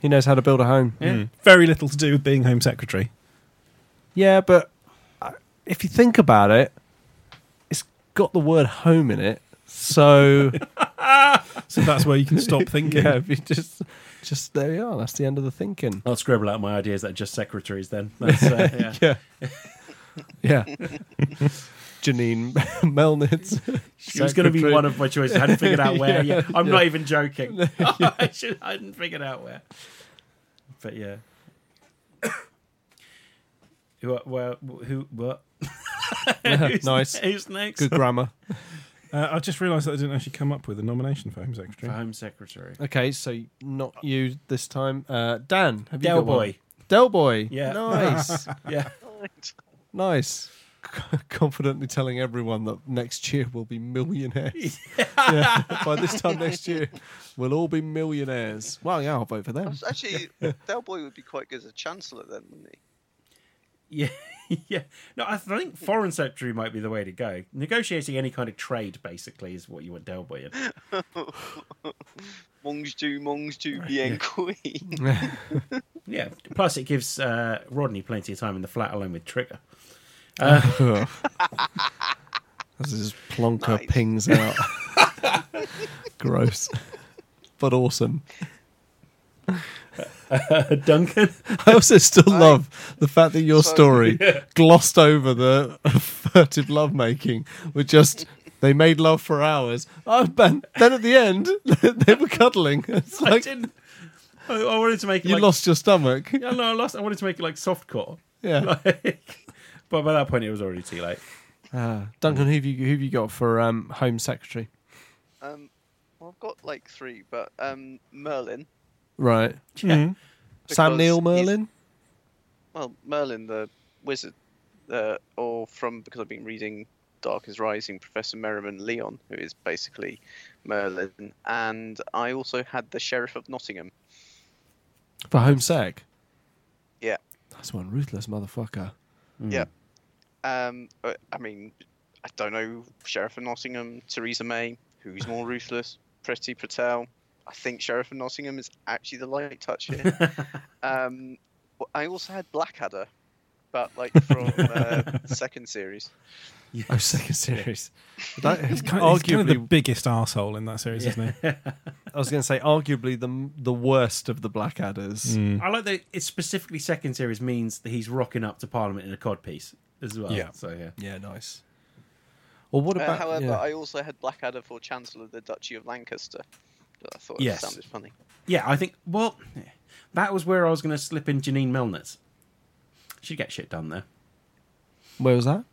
Speaker 1: He knows how to build a home.
Speaker 2: Yeah.
Speaker 4: Very little to do with being Home Secretary.
Speaker 1: Yeah, but uh, if you think about it, it's got the word home in it. So
Speaker 4: So that's where you can stop thinking.
Speaker 1: yeah, if you just just there you are. That's the end of the thinking.
Speaker 2: I'll scribble out my ideas that are just secretaries then. That's, uh, yeah.
Speaker 1: Yeah. yeah. Janine Melnitz.
Speaker 2: It was going to be one of my choices. I hadn't figured out where.
Speaker 1: Yeah,
Speaker 2: Yeah, I'm
Speaker 1: yeah.
Speaker 2: not even joking. I, should, I hadn't figured out where. But yeah. who? are- Well, who? What? Who's
Speaker 1: nice.
Speaker 2: ne- Who's next?
Speaker 1: good grammar.
Speaker 4: Uh, I just realised that I didn't actually come up with a nomination for Home
Speaker 2: For
Speaker 4: Secretary.
Speaker 2: Home Secretary.
Speaker 1: Okay, so not you this time. Uh, Dan, have you
Speaker 2: Del
Speaker 1: got one?
Speaker 2: Boy.
Speaker 1: Del Boy.
Speaker 2: Yeah.
Speaker 1: Nice.
Speaker 2: Yeah.
Speaker 1: nice. Confidently telling everyone that next year we'll be millionaires. Yeah, By this time next year, we'll all be millionaires. Well, yeah, I'll vote for them.
Speaker 3: Actually, Del Boy would be quite good as a chancellor then, wouldn't he?
Speaker 2: Yeah. Yeah. No, I think Foreign Secretary might be the way to go. Negotiating any kind of trade, basically, is what you want Del Boy in.
Speaker 3: Mongs do, mongs do, bien queen.
Speaker 2: Yeah. Plus, it gives uh, Rodney plenty of time in the flat alone with Trigger.
Speaker 1: As his plonker
Speaker 3: Nice.
Speaker 1: pings out. Gross. But awesome.
Speaker 2: Duncan.
Speaker 1: I also still love the fact that your
Speaker 3: So-
Speaker 1: story glossed over the furtive lovemaking with just they made love for hours. Oh, man. Then at the end, they were cuddling. It's
Speaker 2: I
Speaker 1: like
Speaker 2: didn't. I, I wanted to make it
Speaker 1: you
Speaker 2: like,
Speaker 1: lost your stomach.
Speaker 2: Yeah, no, I lost. I wanted to make it like softcore.
Speaker 1: Yeah.
Speaker 2: Like, but by that point, it was already too late.
Speaker 1: Uh, Duncan, who've you who've you got for um, Home Secretary?
Speaker 3: Um, well, I've got like three, but um, Merlin.
Speaker 1: Right.
Speaker 2: Yeah.
Speaker 1: Mm-hmm. Sam
Speaker 3: because
Speaker 1: Neil
Speaker 3: he's-
Speaker 1: Merlin?
Speaker 3: Well, Merlin the wizard, uh, or from because I've been reading Dark is Rising, Professor Merriman Leon, who is basically Merlin, and I also had the Sheriff of Nottingham.
Speaker 1: For Home Sec?
Speaker 3: Yeah.
Speaker 1: That's one ruthless motherfucker.
Speaker 3: Yeah. Um, uh, I mean, I don't know Sheriff of Nottingham, Theresa May, who's more ruthless, Priti Patel. I think Sheriff of Nottingham is actually the light touch here. um, w- I also had Blackadder, but like from uh, second series.
Speaker 1: Oh, second series. That is
Speaker 4: Kind he's
Speaker 1: arguably,
Speaker 4: kind of the biggest asshole in that series, isn't he?
Speaker 1: I was going to say, arguably the the worst of the Blackadders.
Speaker 2: I like that. It's specifically second series means that he's rocking up to Parliament in a codpiece as well.
Speaker 4: Yeah.
Speaker 2: So yeah.
Speaker 1: Yeah, nice. Well, what
Speaker 3: Uh,
Speaker 1: about?
Speaker 3: however,
Speaker 1: yeah.
Speaker 3: I also had Blackadder for Chancellor of the Duchy of Lancaster. I thought
Speaker 2: Yes.
Speaker 3: it sounded funny.
Speaker 2: Yeah, I think. Well, that was where I was going to slip in Janine Melnitz. She'd get shit done there
Speaker 1: where was that?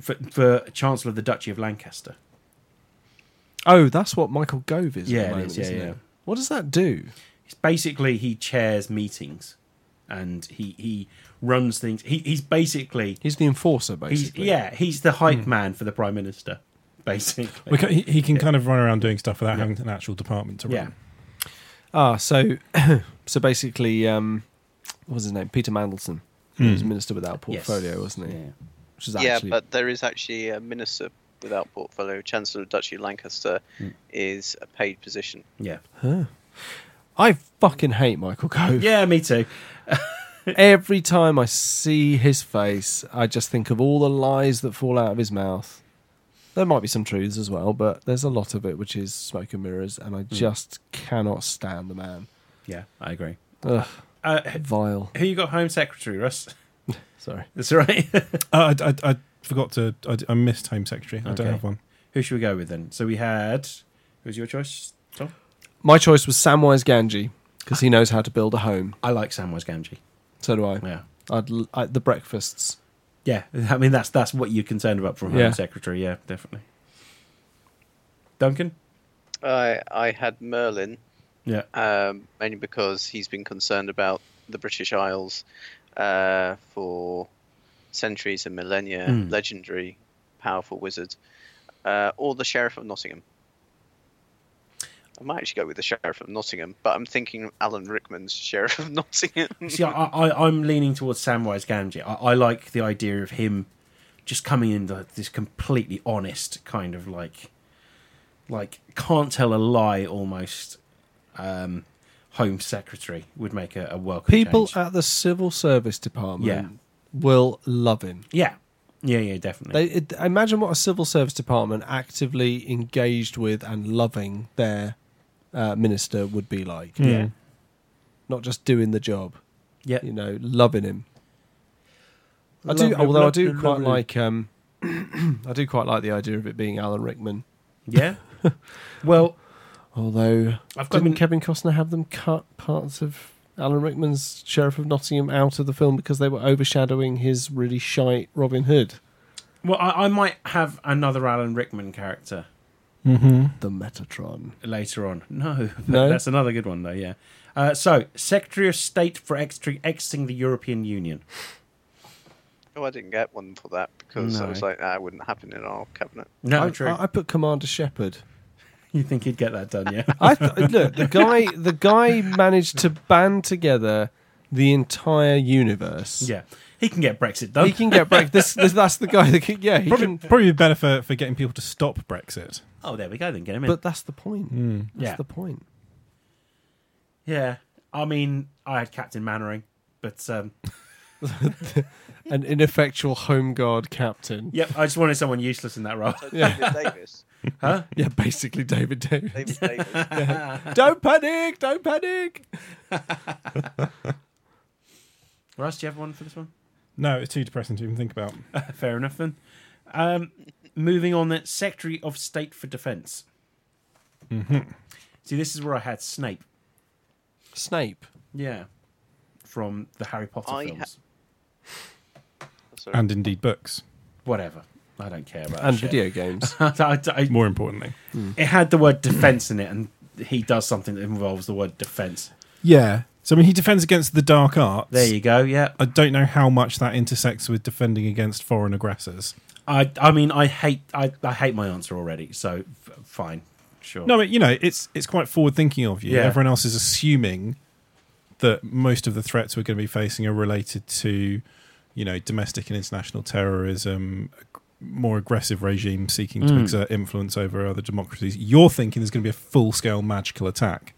Speaker 2: for, for Chancellor of the Duchy of Lancaster.
Speaker 1: Oh, that's what Michael Gove is.
Speaker 2: Yeah,
Speaker 1: at
Speaker 2: it
Speaker 1: the moment,
Speaker 2: is, yeah,
Speaker 1: isn't
Speaker 2: yeah.
Speaker 1: it? What does that do?
Speaker 2: It's basically he chairs meetings, and he he runs things. He, he's basically
Speaker 1: He's the enforcer,
Speaker 2: He's,
Speaker 1: basically.
Speaker 2: yeah, he's the hype man for the prime minister, basically.
Speaker 4: We ca- he, he can kind of run around doing stuff without having an actual department to run.
Speaker 2: yeah,
Speaker 1: Ah, so so basically, um, what was his name? Peter Mandelson. He was minister without
Speaker 2: Yes.
Speaker 1: portfolio, wasn't he?
Speaker 2: Yeah.
Speaker 1: Which is
Speaker 3: yeah,
Speaker 1: actually
Speaker 3: but there is actually a minister without portfolio. Chancellor of Duchy of Lancaster
Speaker 1: Hmm.
Speaker 3: is a paid position.
Speaker 2: yeah,
Speaker 1: I fucking hate Michael Gove.
Speaker 2: yeah. Me too.
Speaker 1: Every time I see his face, I just think of all the lies that fall out of his mouth. There might be some truths as well, but there's a lot of it which is smoke and mirrors, and I
Speaker 2: Hmm.
Speaker 1: just cannot stand the man.
Speaker 2: Yeah, I agree.
Speaker 1: Ugh,
Speaker 2: Uh, h-
Speaker 1: vile.
Speaker 2: who you got Home Secretary, Russ?
Speaker 1: Sorry.
Speaker 2: That's right.
Speaker 4: Uh, I, I, I forgot to. I, I missed Home Secretary. I don't
Speaker 2: Okay.
Speaker 4: have one.
Speaker 2: who should we go with then? So we had. Who was your choice, Tom?
Speaker 1: My choice was Samwise Ganji because he knows how to build a home.
Speaker 2: I like Samwise Gamgee.
Speaker 1: So do I.
Speaker 2: Yeah,
Speaker 1: I'd l- I, the breakfasts.
Speaker 2: yeah. I mean, that's that's what you're concerned about from Home
Speaker 1: Yeah.
Speaker 2: Secretary. Yeah, definitely. Duncan.
Speaker 3: I I had Merlin
Speaker 2: Yeah.
Speaker 3: um, mainly because he's been concerned about the British Isles uh, for centuries and millennia.
Speaker 4: Hmm.
Speaker 2: Mm.
Speaker 3: Legendary, powerful wizard, uh, or the Sheriff of Nottingham. I might actually go with the Sheriff of Nottingham, but I'm thinking Alan Rickman's Sheriff of Nottingham.
Speaker 2: See, I, I, I'm leaning towards Samwise Gamgee. I, I like the idea of him just coming in the, this completely honest kind of like like can't tell a lie almost um, Home Secretary would make a, a welcome
Speaker 1: People uh,
Speaker 2: change.
Speaker 1: at the civil service department
Speaker 2: Yeah.
Speaker 1: will love him.
Speaker 2: yeah, yeah, yeah, definitely.
Speaker 1: They it, imagine what a civil service department actively engaged with and loving their uh, minister would be like.
Speaker 2: yeah,
Speaker 1: Not just doing the job,
Speaker 2: yeah.
Speaker 1: you know, loving him. I do,
Speaker 2: Lovely,
Speaker 1: although I do
Speaker 2: lovely,
Speaker 1: quite
Speaker 2: lovely.
Speaker 1: like, um, I do quite like the idea of it being Alan Rickman.
Speaker 2: Yeah. Well,
Speaker 1: Although,
Speaker 2: I've got.
Speaker 1: didn't Kevin Costner have them cut parts of Alan Rickman's Sheriff of Nottingham out of the film because they were overshadowing his really shite Robin Hood,
Speaker 2: well, I, I might have another Alan Rickman character
Speaker 1: the Metatron?
Speaker 2: later on. No,
Speaker 1: No?
Speaker 2: that's another good one though. Yeah. Uh, so, Secretary of State for exiting, exiting the European Union.
Speaker 3: Oh, I didn't get one for that because I was
Speaker 2: No.
Speaker 3: like, that wouldn't happen in our cabinet.
Speaker 2: No,
Speaker 1: I,
Speaker 2: true.
Speaker 1: I, I put Commander Shepard.
Speaker 2: you think you'd get that done? Yeah.
Speaker 1: I th- look the guy. The guy managed to band together the entire universe.
Speaker 2: yeah. He can get Brexit done.
Speaker 1: He can get break. This, this that's the guy that can, yeah. He
Speaker 4: Probably,
Speaker 1: can,
Speaker 4: probably better for, for getting people to stop Brexit.
Speaker 2: Oh, there we go. Then get him in.
Speaker 1: but that's the point. That's
Speaker 2: Yeah.
Speaker 1: the point.
Speaker 2: yeah. I mean, I had Captain Mannering, but um,
Speaker 1: An ineffectual home guard captain.
Speaker 2: yep, I just wanted someone useless in that role.
Speaker 3: So David Davis.
Speaker 1: Yeah, basically David Davis.
Speaker 3: David Davis.
Speaker 1: don't panic, don't panic.
Speaker 2: Russ, do you have one for this one?
Speaker 4: No, it's too depressing to even think about.
Speaker 1: Uh,
Speaker 2: Fair enough then. Um, moving on, then Secretary of State for Defence.
Speaker 1: Mm-hmm.
Speaker 2: See, this is where I had Snape.
Speaker 1: Snape.
Speaker 2: Yeah, from the Harry Potter
Speaker 3: I ha-
Speaker 2: films.
Speaker 3: Sorry.
Speaker 4: And indeed books,
Speaker 2: Whatever. I don't care about
Speaker 1: And
Speaker 2: that shit.
Speaker 1: video games.
Speaker 2: I- I-
Speaker 4: more importantly.
Speaker 2: it had the word defence in it, and he does something that involves the word defence.
Speaker 4: Yeah. So, I mean, he defends against the dark arts.
Speaker 2: There you go. Yeah.
Speaker 4: I don't know how much that intersects with defending against foreign aggressors.
Speaker 2: I I mean I hate I, I hate my answer already. So f- fine, sure.
Speaker 4: No, but you know, it's it's quite forward thinking of you.
Speaker 2: Yeah.
Speaker 4: Everyone else is assuming that most of the threats we're going to be facing are related to, you know, domestic and international terrorism, ag- more aggressive regimes seeking
Speaker 2: Mm.
Speaker 4: to exert influence over other democracies. You're thinking there's going to be a full scale magical attack.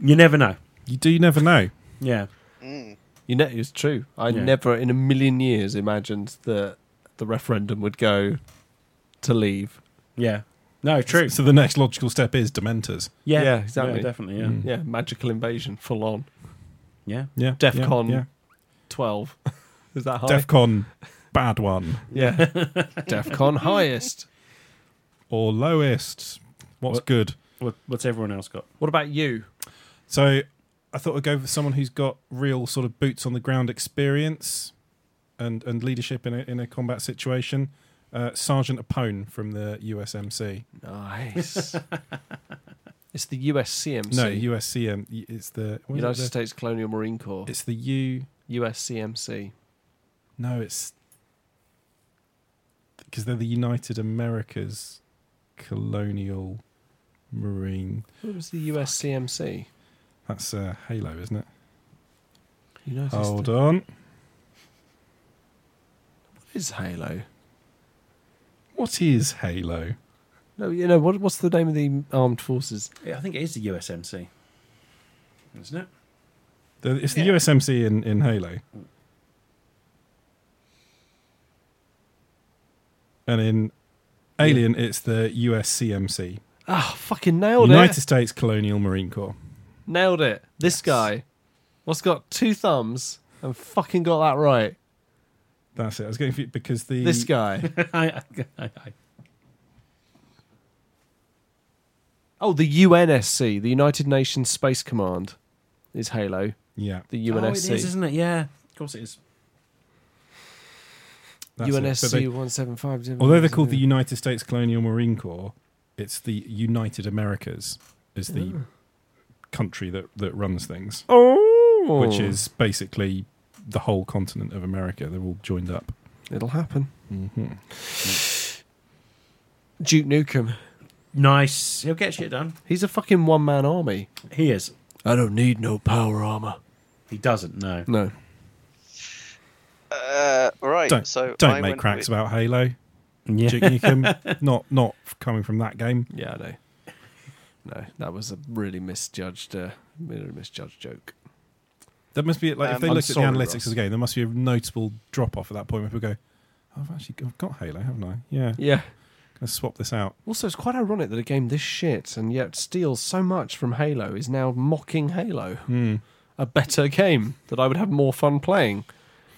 Speaker 2: you never know.
Speaker 4: You do never know.
Speaker 2: Yeah,
Speaker 3: Hmm.
Speaker 1: You know, it's true. I
Speaker 2: Yeah.
Speaker 1: never in a million years imagined that the referendum would go to leave.
Speaker 2: yeah. No, true.
Speaker 4: So the next logical step is Dementors.
Speaker 2: Yeah, Mm.
Speaker 1: Yeah, exactly.
Speaker 2: yeah, definitely. Yeah,
Speaker 1: Yeah, magical invasion, full on.
Speaker 2: yeah.
Speaker 4: Yeah.
Speaker 1: DEF
Speaker 4: yeah,
Speaker 1: CON
Speaker 4: Yeah.
Speaker 1: 12. Is that high?
Speaker 4: DEFCON bad one
Speaker 1: yeah. DEFCON highest.
Speaker 4: or lowest. What's good?
Speaker 2: What, what's everyone else got?
Speaker 1: What about you?
Speaker 4: So I thought I'd go for someone who's got real sort of boots on the ground experience and, and leadership in a, in a combat situation. Uh, Sergeant Apone from the USMC.
Speaker 1: Nice. it's the USCMC.
Speaker 4: No, USCM. It's the what is
Speaker 1: United
Speaker 4: it? The-
Speaker 1: States Colonial Marine Corps.
Speaker 4: It's the U.
Speaker 1: USCMC.
Speaker 4: No, it's because they're the United Americas Colonial Marine.
Speaker 1: What was the USCMC?
Speaker 4: That's uh, Halo, isn't it?
Speaker 1: United
Speaker 4: Hold
Speaker 1: States.
Speaker 4: on.
Speaker 1: What is Halo?
Speaker 4: What is Halo?
Speaker 1: No, you know what? What's the name of the armed forces?
Speaker 2: Yeah, I think it is the USMC, isn't it?
Speaker 4: The- It's the
Speaker 3: Yeah.
Speaker 4: USMC in, in Halo. And in Alien, it's the USCMC,
Speaker 1: Ah, fucking nailed
Speaker 4: United
Speaker 1: it!
Speaker 4: States Colonial Marine Corps.
Speaker 1: Nailed it! This guy, what's got two thumbs and fucking got that right.
Speaker 4: That's it. I was going for because the
Speaker 1: This guy.
Speaker 2: I, I, I,
Speaker 1: Oh, the UNSC, the United Nations Space Command, is Halo.
Speaker 4: yeah,
Speaker 1: The
Speaker 2: oh, it is,
Speaker 1: UNSC.
Speaker 2: isn't it? Yeah, of course it is.
Speaker 4: that's it. But
Speaker 1: UNSC
Speaker 4: they-
Speaker 1: one seven five.
Speaker 4: although they're called the United States Colonial Marine Corps, it's the United Americas is the country that that runs things,
Speaker 1: oh,
Speaker 4: which is basically the whole continent of America. They're all joined up.
Speaker 1: it'll happen.
Speaker 4: Mm-hmm.
Speaker 1: Mm. Duke Nukem.
Speaker 2: Nice. He'll get shit done.
Speaker 1: He's a fucking one man army.
Speaker 2: He is.
Speaker 1: I don't need no power armor.
Speaker 2: He doesn't. No.
Speaker 1: No.
Speaker 3: Uh, right.
Speaker 4: Don't
Speaker 3: so
Speaker 4: don't
Speaker 3: I
Speaker 4: make
Speaker 3: went with-
Speaker 4: cracks about Halo.
Speaker 2: Yeah.
Speaker 4: Duke Nukem. not not coming from that game.
Speaker 1: Yeah, I know. no, that was a really misjudged, uh, really misjudged joke.
Speaker 4: That must be like if
Speaker 3: Um,
Speaker 4: they
Speaker 1: I'm
Speaker 4: looked
Speaker 1: sorry,
Speaker 4: at the analytics
Speaker 1: Ross.
Speaker 4: of the game, there must be a notable drop off at that point. Where people go, "I've actually I've got Halo, haven't I? Yeah,
Speaker 1: Yeah.
Speaker 4: gonna swap this out."
Speaker 1: Also, it's quite ironic that a game this shit and yet steals so much from Halo is now mocking Halo,
Speaker 2: Hmm.
Speaker 1: a better game that I would have more fun playing.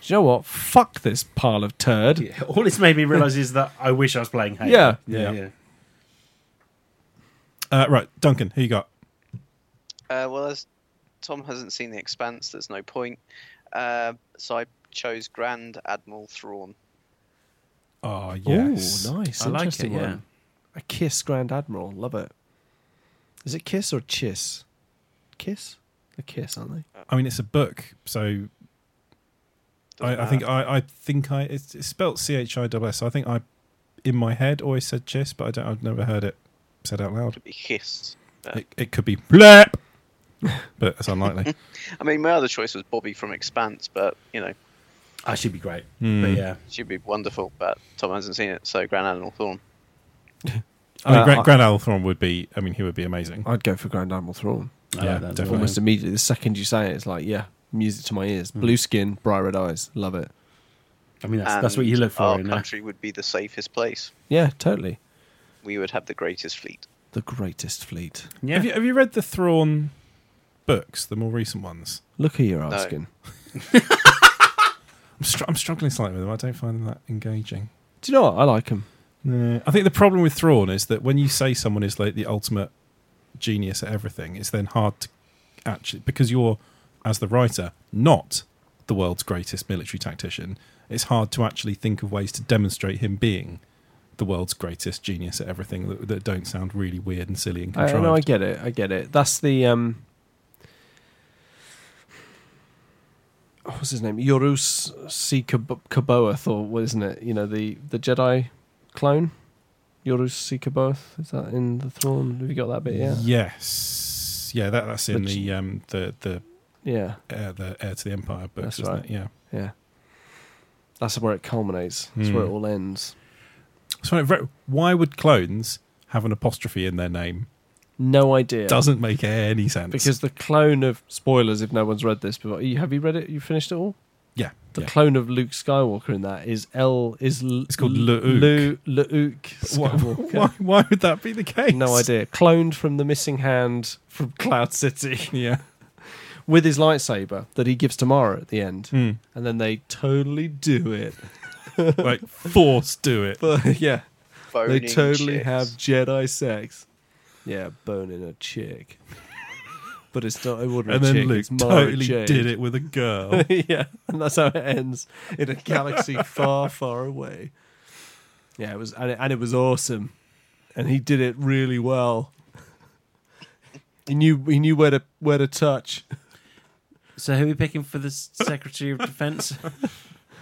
Speaker 1: Do you know what? Fuck this pile of turd.
Speaker 2: Yeah, all it's made me realise is that I wish I was playing Halo.
Speaker 1: Yeah.
Speaker 2: yeah,
Speaker 4: Yeah.
Speaker 2: yeah.
Speaker 4: Uh, right, Duncan, who you got?
Speaker 3: Uh, well, as Tom hasn't seen The Expanse, there's no point. Uh, so I chose Grand Admiral Thrawn.
Speaker 4: Oh
Speaker 1: Ooh, nice.
Speaker 2: I like
Speaker 1: Interesting
Speaker 2: it, yeah.
Speaker 1: one. A kiss, Grand Admiral. Love it. Is it kiss or chiss? Kiss? A kiss, aren't they?
Speaker 4: I mean, it's a book, so I, I think
Speaker 3: Uh,
Speaker 4: I, I think I it's, it's spelled C H I S. So I think I in my head always said chess, but I don't. I've never heard it said out loud.
Speaker 3: could be hissed.
Speaker 4: It, it could be blap, but it's unlikely.
Speaker 3: I mean, my other choice was Bobby from Expanse, but you know,
Speaker 2: I should Ah, be great.
Speaker 4: Hmm.
Speaker 2: But yeah,
Speaker 3: she'd be wonderful. But Tom hasn't seen it, so Grand Admiral Thrawn.
Speaker 4: I mean,
Speaker 1: Uh,
Speaker 4: Grand,
Speaker 1: I-
Speaker 4: Grand Althorn would be. I mean, he would be amazing.
Speaker 1: I'd go for Grand Admiral Thrawn.
Speaker 2: I like
Speaker 4: Yeah,
Speaker 2: that as well.
Speaker 4: definitely.
Speaker 1: Almost immediately, the second you say it, it's like, yeah, music to my ears.
Speaker 2: Hmm.
Speaker 1: Blue skin, bright red eyes. Love it.
Speaker 2: I mean, that's,
Speaker 3: and
Speaker 2: that's what you look for
Speaker 3: Our
Speaker 2: in a
Speaker 3: country would be the safest place.
Speaker 1: Yeah, totally.
Speaker 3: We would have the greatest fleet.
Speaker 1: The greatest fleet.
Speaker 2: Yeah.
Speaker 4: Have you have you read the Thrawn books, the more recent ones?
Speaker 1: Look who you're asking.
Speaker 4: I'm, str- I'm struggling slightly with them. I don't find them that engaging.
Speaker 1: Do you know what? I like him.
Speaker 4: I think the problem with Thrawn is that when you say someone is like the ultimate genius at everything, it's then hard to actually because you're as the writer not the world's greatest military tactician. It's hard to actually think of ways to demonstrate him being the world's greatest genius at everything that, that don't sound really weird and silly and
Speaker 1: I,
Speaker 4: contrived.
Speaker 1: no, I get it. I get it. That's the um. oh, What's his name? Yorus C. Kab- Kaboath, or what isn't it? You know the the Jedi clone. Yorus C. Kaboath is that in the Thrawn? Have you got that bit? Yeah,
Speaker 4: Yes, yeah, that, that's in
Speaker 1: Which-
Speaker 4: the um, the the
Speaker 1: yeah,
Speaker 4: heir, the heir to the empire books,
Speaker 1: That's
Speaker 4: isn't
Speaker 1: right.
Speaker 4: it? Yeah.
Speaker 1: yeah. That's where it culminates. That's
Speaker 4: Hmm.
Speaker 1: where it all ends.
Speaker 4: So re- why would clones have an apostrophe in their name?
Speaker 1: No idea.
Speaker 4: Doesn't make any sense.
Speaker 1: because the clone of spoilers. If no one's read this before, you, have you read it? You finished it all?
Speaker 4: yeah,
Speaker 1: The
Speaker 4: yeah.
Speaker 1: clone of Luke Skywalker in that is L is L,
Speaker 4: It's called
Speaker 1: L-
Speaker 4: Luke.
Speaker 1: Lu- Luke
Speaker 4: why,
Speaker 1: Skywalker.
Speaker 4: why, why would that be the case?
Speaker 1: No idea. Cloned from the missing hand from Cloud City
Speaker 4: Yeah.
Speaker 1: with his lightsaber that he gives to Mara at the end,
Speaker 4: Hmm.
Speaker 1: and then they totally do it.
Speaker 4: like force do it.
Speaker 1: But yeah, they
Speaker 3: Boning
Speaker 1: totally
Speaker 3: chicks.
Speaker 1: have Jedi sex. Yeah, boning a chick. But it's not ordinary
Speaker 4: And then
Speaker 1: chick.
Speaker 4: Luke
Speaker 1: it's Mara
Speaker 4: totally
Speaker 1: Jade.
Speaker 4: did it with a girl.
Speaker 1: yeah, and that's how it ends in a galaxy far, far away. Yeah, it was, and it, and it was awesome, and he did it really well. He knew he knew where to where to touch.
Speaker 2: So who are we picking for the S- Secretary of Defence?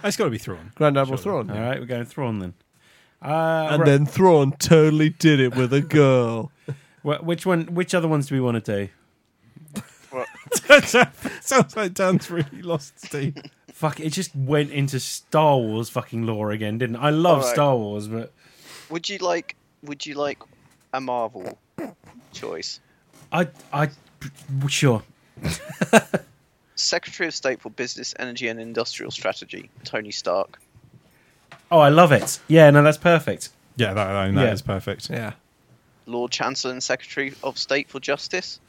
Speaker 4: it's got to be Thrawn.
Speaker 1: Grand Admiral Thrawn,
Speaker 2: All right, we're going Thrawn then. Uh,
Speaker 1: and
Speaker 2: right.
Speaker 1: then Thrawn totally did it with a girl.
Speaker 2: Wh- which one? Which other ones do we want to do?
Speaker 4: Sounds like Dan's really lost Steve.
Speaker 2: Fuck! It just went into Star Wars fucking lore again, didn't it? I love
Speaker 3: All right.
Speaker 2: Star Wars, but
Speaker 3: Would you like? Would you like a Marvel choice?
Speaker 2: I, I, sure.
Speaker 3: Secretary of State for Business, Energy and Industrial Strategy, Tony Stark.
Speaker 2: Oh, I love it. Yeah, no, that's perfect.
Speaker 4: Yeah, that, I mean, that
Speaker 2: Yeah.
Speaker 4: is perfect.
Speaker 1: Yeah,
Speaker 3: Lord Chancellor and Secretary of State for Justice,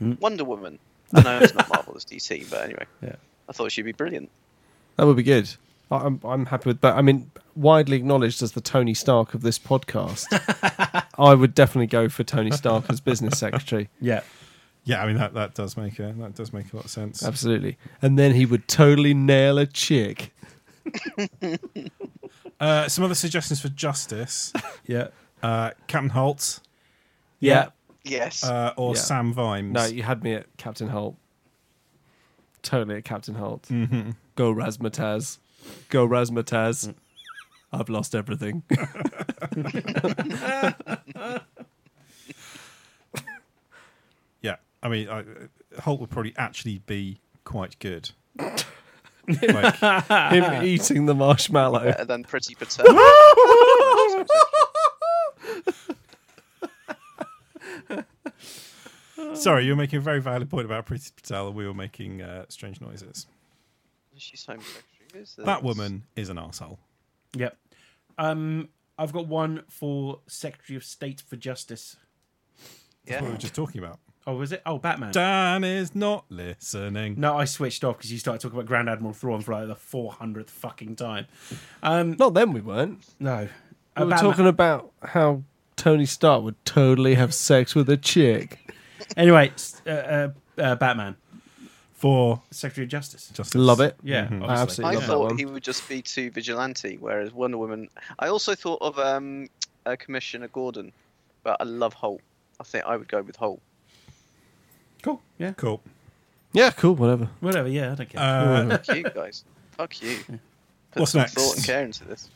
Speaker 1: Hmm.
Speaker 3: Wonder Woman. I know it's not Marvel, it's DC, but anyway,
Speaker 2: Yeah.
Speaker 3: I thought she'd be brilliant.
Speaker 1: that would be good. I- I'm I'm happy with that. I mean, widely acknowledged as the Tony Stark of this podcast, I would definitely go for Tony Stark as business secretary.
Speaker 2: Yeah.
Speaker 4: Yeah, I mean that, that does make a, that does make a lot of sense.
Speaker 1: Absolutely. And then he would totally nail a chick.
Speaker 4: Uh, some other suggestions for justice:
Speaker 2: Yeah.
Speaker 4: uh, Captain Holt
Speaker 2: Yeah.
Speaker 3: Yes.
Speaker 4: uh, or
Speaker 1: Yeah.
Speaker 4: Sam Vimes.
Speaker 1: No, you had me at Captain Holt. Totally at Captain Holt. Go Mm. Razmataz. Mm-hmm. Go Razmataz. I've lost everything.
Speaker 4: Yeah, I mean, I, Holt would probably actually be quite good. like,
Speaker 1: Him eating the marshmallow.
Speaker 3: Better than Pretty Patel.
Speaker 4: Sorry, you're making a very valid point about Pretty Patel, and we were making uh, strange noises.
Speaker 3: She's homosexual. is
Speaker 4: That woman is an asshole.
Speaker 2: Yep. Um, I've got one for Secretary of State for Justice.
Speaker 4: That's what we
Speaker 3: Yeah.
Speaker 4: were just talking about.
Speaker 2: Oh, was it? Oh, Batman.
Speaker 4: Dan is not listening.
Speaker 2: no, I switched off because you started talking about Grand Admiral Thrawn for like the 400th fucking time. Um,
Speaker 1: Not then we weren't.
Speaker 2: no.
Speaker 1: We
Speaker 2: Uh,
Speaker 1: were
Speaker 2: Batman-
Speaker 1: talking about how Tony Stark would totally have sex with a chick.
Speaker 2: Anyway, s- uh, uh, uh, Batman,
Speaker 4: For
Speaker 2: Secretary of Justice.
Speaker 4: justice.
Speaker 1: Love it.
Speaker 2: Yeah,
Speaker 4: Mhm.
Speaker 1: Mm-hmm. I
Speaker 2: obviously.
Speaker 1: absolutely love
Speaker 3: I
Speaker 2: yeah.
Speaker 1: that
Speaker 3: thought
Speaker 1: one.
Speaker 3: he would just be too vigilante, whereas Wonder Woman. I also thought of um, uh, Commissioner Gordon, but I love Holt. I think I would go with Holt.
Speaker 2: Cool. Yeah.
Speaker 4: Cool.
Speaker 1: Yeah, cool, whatever.
Speaker 2: Whatever. Yeah, I don't care.
Speaker 4: Uh,
Speaker 3: Fuck you guys. Fuck you. Put
Speaker 4: What's
Speaker 3: some
Speaker 4: next?
Speaker 3: Thought and care into this.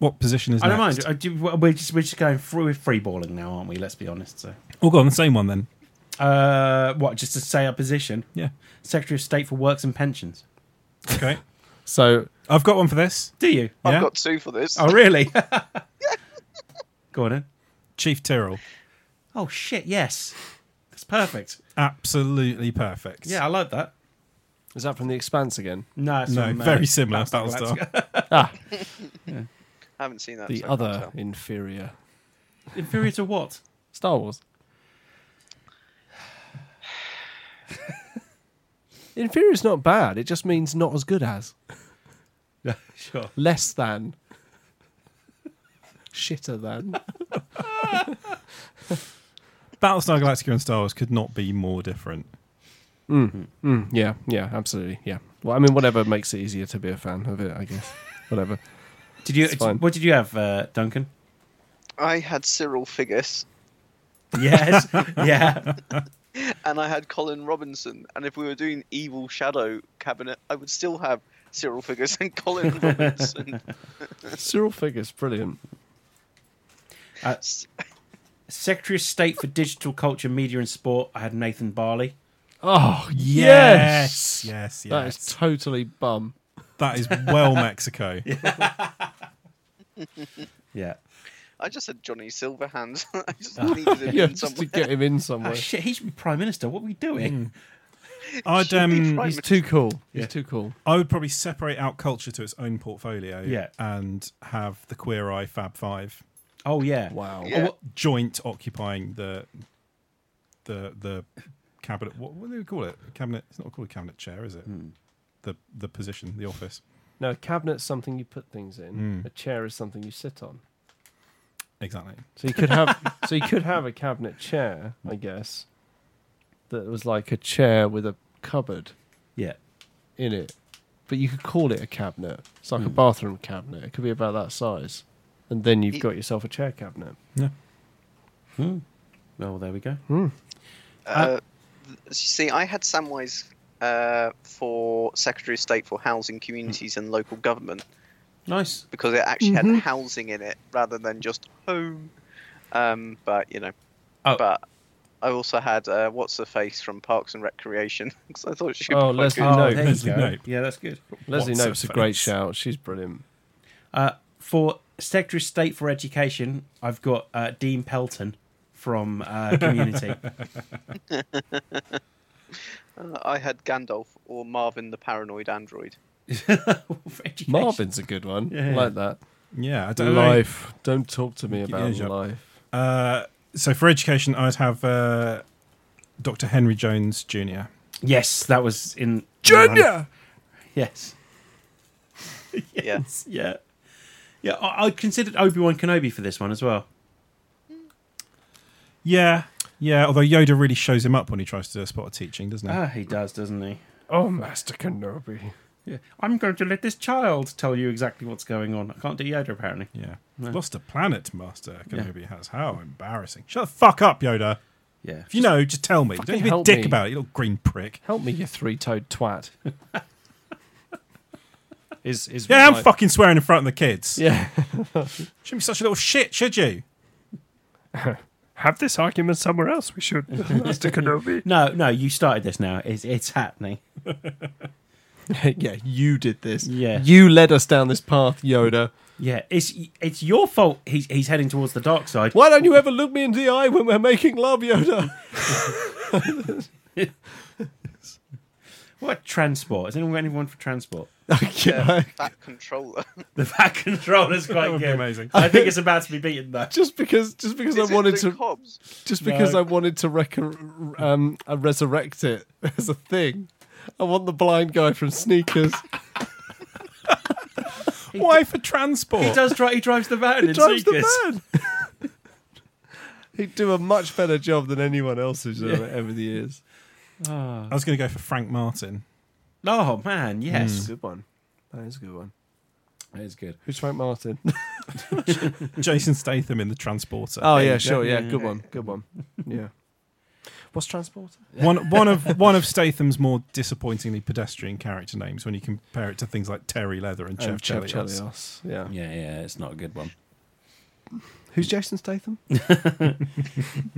Speaker 4: what position is
Speaker 2: I don't
Speaker 4: next?
Speaker 2: mind. I do, we're just we're just going through with free balling now, aren't we? Let's be honest. So,
Speaker 4: All go on the same one then.
Speaker 2: uh, what? Just to say our position,
Speaker 4: Yeah.
Speaker 2: Secretary of State for Works and Pensions.
Speaker 4: Okay.
Speaker 1: So
Speaker 4: I've got one for this.
Speaker 2: Do you?
Speaker 4: Yeah.
Speaker 3: I've got two for this.
Speaker 2: Oh, really? Go on in.
Speaker 4: Chief Tyrrell.
Speaker 2: Oh shit! Yes, that's perfect.
Speaker 4: Absolutely perfect.
Speaker 2: Yeah, I like that.
Speaker 1: is that from the expanse again?
Speaker 2: No, it's
Speaker 4: No,
Speaker 2: from, uh,
Speaker 4: very similar.
Speaker 2: Battlestar
Speaker 4: Battlestar.
Speaker 1: Ah,
Speaker 3: I haven't seen that.
Speaker 1: the
Speaker 3: so I can't
Speaker 1: other
Speaker 3: tell.
Speaker 1: inferior
Speaker 2: Galactica. Inferior to what?
Speaker 1: Star Wars. inferior is not bad. It just means not as good as,
Speaker 2: Yeah, sure.
Speaker 1: less than, shitter than.
Speaker 4: Battlestar Galactica and Star Wars could not be more different.
Speaker 1: Mm, yeah, yeah, absolutely. Yeah. Well, I mean, whatever makes it easier to be a fan of it, I guess. whatever.
Speaker 2: Did you?
Speaker 1: It's fine.
Speaker 2: What did you have, uh, Duncan?
Speaker 3: I had Cyril Figgis
Speaker 2: Yes. yeah.
Speaker 3: and I had Colin Robinson. And if we were doing Evil Shadow Cabinet, I would still have Cyril Figgis and Colin Robinson.
Speaker 1: Cyril Figures, brilliant.
Speaker 2: Secretary of State for Digital Culture, Media and Sport. I had Nathan Barley.
Speaker 1: Oh, yes.
Speaker 4: Yes, yes.
Speaker 1: That is totally bum.
Speaker 4: that is well Mexico.
Speaker 2: Yeah.
Speaker 3: I just had Johnny Silverhand. I just needed him
Speaker 1: Yeah,
Speaker 3: in
Speaker 1: just
Speaker 3: somewhere.
Speaker 1: to get him in somewhere.
Speaker 2: Oh shit! He should be prime minister. What are we doing?
Speaker 4: I'd
Speaker 3: Should be
Speaker 4: um,
Speaker 3: fine.
Speaker 1: He's too cool.
Speaker 2: Yeah.
Speaker 1: He's too cool.
Speaker 4: I would probably separate out culture to its own portfolio
Speaker 2: Yeah.
Speaker 4: and have the Queer Eye Fab Five
Speaker 2: Oh yeah.
Speaker 1: Wow.
Speaker 3: Yeah.
Speaker 4: joint occupying the the the cabinet. What, what do we call it? Cabinet. It's not called a cabinet chair, is it? The the position, the office.
Speaker 1: No, a cabinet's something you put things in. A chair is something you sit on.
Speaker 4: Exactly.
Speaker 1: So you could have so you could have a cabinet chair, I guess, that was like a chair with a cupboard
Speaker 2: Yeah.
Speaker 1: in it. But you could call it a cabinet. It's like a bathroom cabinet. It could be about that size. And then you've got yourself a chair cabinet.
Speaker 4: Yeah.
Speaker 2: Well, there we go.
Speaker 3: Uh, see, I had Samwise uh, for Secretary of State for Housing, Communities, and Local Government
Speaker 2: Nice.
Speaker 3: because it actually
Speaker 1: Mm-hmm.
Speaker 3: had housing in it rather than just home. Um, but you know,
Speaker 2: Oh.
Speaker 3: but I also had uh, what's her face from Parks and Recreation because I thought she.
Speaker 1: Oh,
Speaker 3: would be quite
Speaker 1: Leslie
Speaker 3: good.
Speaker 2: Oh,
Speaker 1: Nope.
Speaker 2: there you
Speaker 4: Leslie
Speaker 2: go.
Speaker 4: Nope.
Speaker 2: Yeah, that's good.
Speaker 1: Leslie
Speaker 4: What's her
Speaker 1: Nope's a great
Speaker 4: face?
Speaker 1: shout. She's brilliant.
Speaker 2: Uh, for Secretary of State for Education, I've got uh, Dean Pelton from uh, Community.
Speaker 3: Uh, I had Gandalf or Marvin the Paranoid Android.
Speaker 2: For education.
Speaker 1: Marvin's a good one.
Speaker 2: Yeah.
Speaker 1: Like that.
Speaker 4: Yeah. I don't know.
Speaker 1: Life. Don't talk to me
Speaker 4: Keep your
Speaker 1: about
Speaker 4: ears up.
Speaker 1: life.
Speaker 4: Uh, so for education, I'd have uh, Dr. Henry Jones Jr.
Speaker 2: Yes, that was in.
Speaker 1: Junior!
Speaker 2: Yes.
Speaker 3: Yeah.
Speaker 2: Yeah. Yeah, I, I considered Obi Wan Kenobi for this one as well.
Speaker 4: Yeah, yeah. Although Yoda really shows him up when he tries to spot a teaching, doesn't he?
Speaker 2: Ah, he does, doesn't he?
Speaker 1: Oh, Master Kenobi.
Speaker 2: Yeah. I'm going to let this child tell you exactly what's going on. I can't do Yoda, apparently.
Speaker 4: yeah.
Speaker 2: No.
Speaker 4: Lost a planet, Master Kenobi has. How embarrassing! Shut the fuck up, Yoda.
Speaker 2: Yeah.
Speaker 4: If you know, just tell me.
Speaker 1: Fucking
Speaker 4: Don't be a
Speaker 1: help
Speaker 4: dick
Speaker 1: me.
Speaker 4: about it, you little green prick.
Speaker 1: Help me, you three-toed twat. is is
Speaker 4: Yeah, I'm
Speaker 1: like-
Speaker 4: fucking swearing in front of the kids.
Speaker 1: Yeah.
Speaker 4: Shouldn't be such a little shit, should you?
Speaker 1: Have this argument somewhere else. We should, Master Kenobi.
Speaker 2: No, no, you started this now. It's, it's happening.
Speaker 1: yeah, you did this.
Speaker 2: Yeah.
Speaker 1: you led us down this path, Yoda.
Speaker 2: Yeah, it's it's your fault. He's he's heading towards the dark side.
Speaker 1: Why don't you ever look me in the eye when we're making love, Yoda?
Speaker 2: What transport? Has anyone got anyone for transport?
Speaker 1: yeah.
Speaker 3: that controller.
Speaker 2: The back controller's quite
Speaker 4: would be
Speaker 2: good.
Speaker 4: amazing.
Speaker 2: I think it's about to be beaten though.
Speaker 1: Just because, just because
Speaker 3: Is
Speaker 1: I
Speaker 3: it
Speaker 1: wanted
Speaker 3: Luke
Speaker 1: to,
Speaker 3: Hobbs?
Speaker 1: just because
Speaker 2: No.
Speaker 1: I wanted to rec- um, uh, resurrect it as a thing. I want the blind guy from Sneakers.
Speaker 4: Why for transport?
Speaker 2: He does try. He drives the van in
Speaker 1: drives
Speaker 2: Seekers.
Speaker 1: the van. He'd do a much better job than anyone else who's done it over the years.
Speaker 4: I was going to go for Frank Martin.
Speaker 2: Oh man, yes,
Speaker 1: Good one. That is a good one.
Speaker 2: that is good.
Speaker 1: Who's Frank Martin?
Speaker 4: Jason Statham in The Transporter.
Speaker 1: Oh
Speaker 2: There you
Speaker 1: yeah,
Speaker 2: go.
Speaker 1: sure, yeah,
Speaker 2: Yeah.
Speaker 1: good one, good one. Yeah. What's transporter?
Speaker 4: one one of one of Statham's more disappointingly pedestrian character names when you compare it to things like Terry Leather and Chev
Speaker 1: Chev
Speaker 4: Chelios.
Speaker 1: Chelios, Yeah.
Speaker 2: Yeah, yeah, it's not a good one.
Speaker 1: Who's Jason Statham?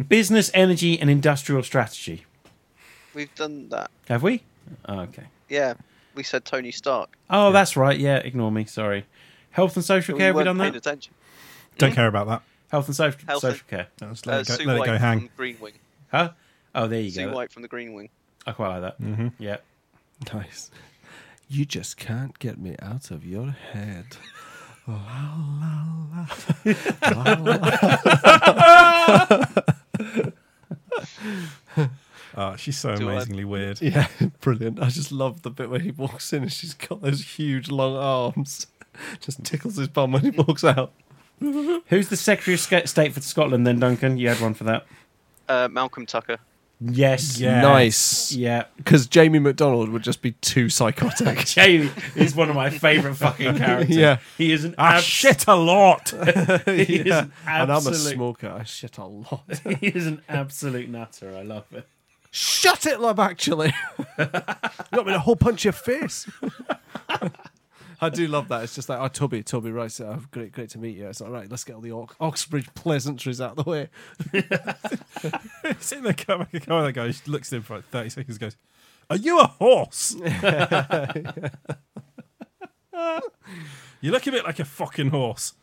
Speaker 2: Business, energy, and industrial strategy.
Speaker 3: We've done that.
Speaker 2: Have we? Oh, okay.
Speaker 3: Yeah, we said Tony Stark.
Speaker 2: Oh, that's right. Yeah, ignore me. Sorry. Health and social care. Have we done
Speaker 3: weren't paying
Speaker 2: that?
Speaker 3: attention.
Speaker 4: Don't care about that.
Speaker 2: Health and social
Speaker 3: Health and-
Speaker 2: social care.
Speaker 4: No, just
Speaker 3: Uh,
Speaker 4: let it
Speaker 3: Sue
Speaker 4: go, let it
Speaker 3: White
Speaker 4: go hang.
Speaker 3: from Green Wing.
Speaker 2: Huh? Oh, there you
Speaker 3: Sue
Speaker 2: go.
Speaker 3: White from the Green Wing.
Speaker 2: I quite like that. Yeah.
Speaker 1: Nice. You just can't get me out of your head. Oh,
Speaker 4: Oh, she's so
Speaker 3: Do I-
Speaker 4: amazingly weird.
Speaker 1: Yeah, brilliant. I just love the bit where he walks in and she's got those huge long arms. Just tickles his bum when he walks out.
Speaker 2: Who's the Secretary of Sca- State for Scotland then, Duncan? You had one for that.
Speaker 3: Uh, Malcolm Tucker.
Speaker 2: Yes.
Speaker 4: Yeah.
Speaker 1: Nice.
Speaker 2: Yeah.
Speaker 1: Because Jamie McDonald would just be too psychotic.
Speaker 2: Jamie is one of my favourite fucking characters.
Speaker 1: Yeah. Ah,
Speaker 2: He is an
Speaker 4: I
Speaker 2: abs-
Speaker 4: Ah, shit a lot.
Speaker 2: He is
Speaker 1: Yeah.
Speaker 2: an
Speaker 1: And I'm a
Speaker 2: absolute-
Speaker 1: smoker. I shit a lot.
Speaker 2: He is an absolute nutter. I love it.
Speaker 1: Shut it, love, actually. you got me to hole punch your face. I do love that. It's just like, oh, Toby, Toby, right, so, oh, great, great to meet you. It's all right, let's get all the Ox- Oxbridge pleasantries out of the way.
Speaker 4: Sitting there, come back, come that guy. She looks at him for like thirty seconds. Goes, "Are you a horse? you look a bit like a fucking horse."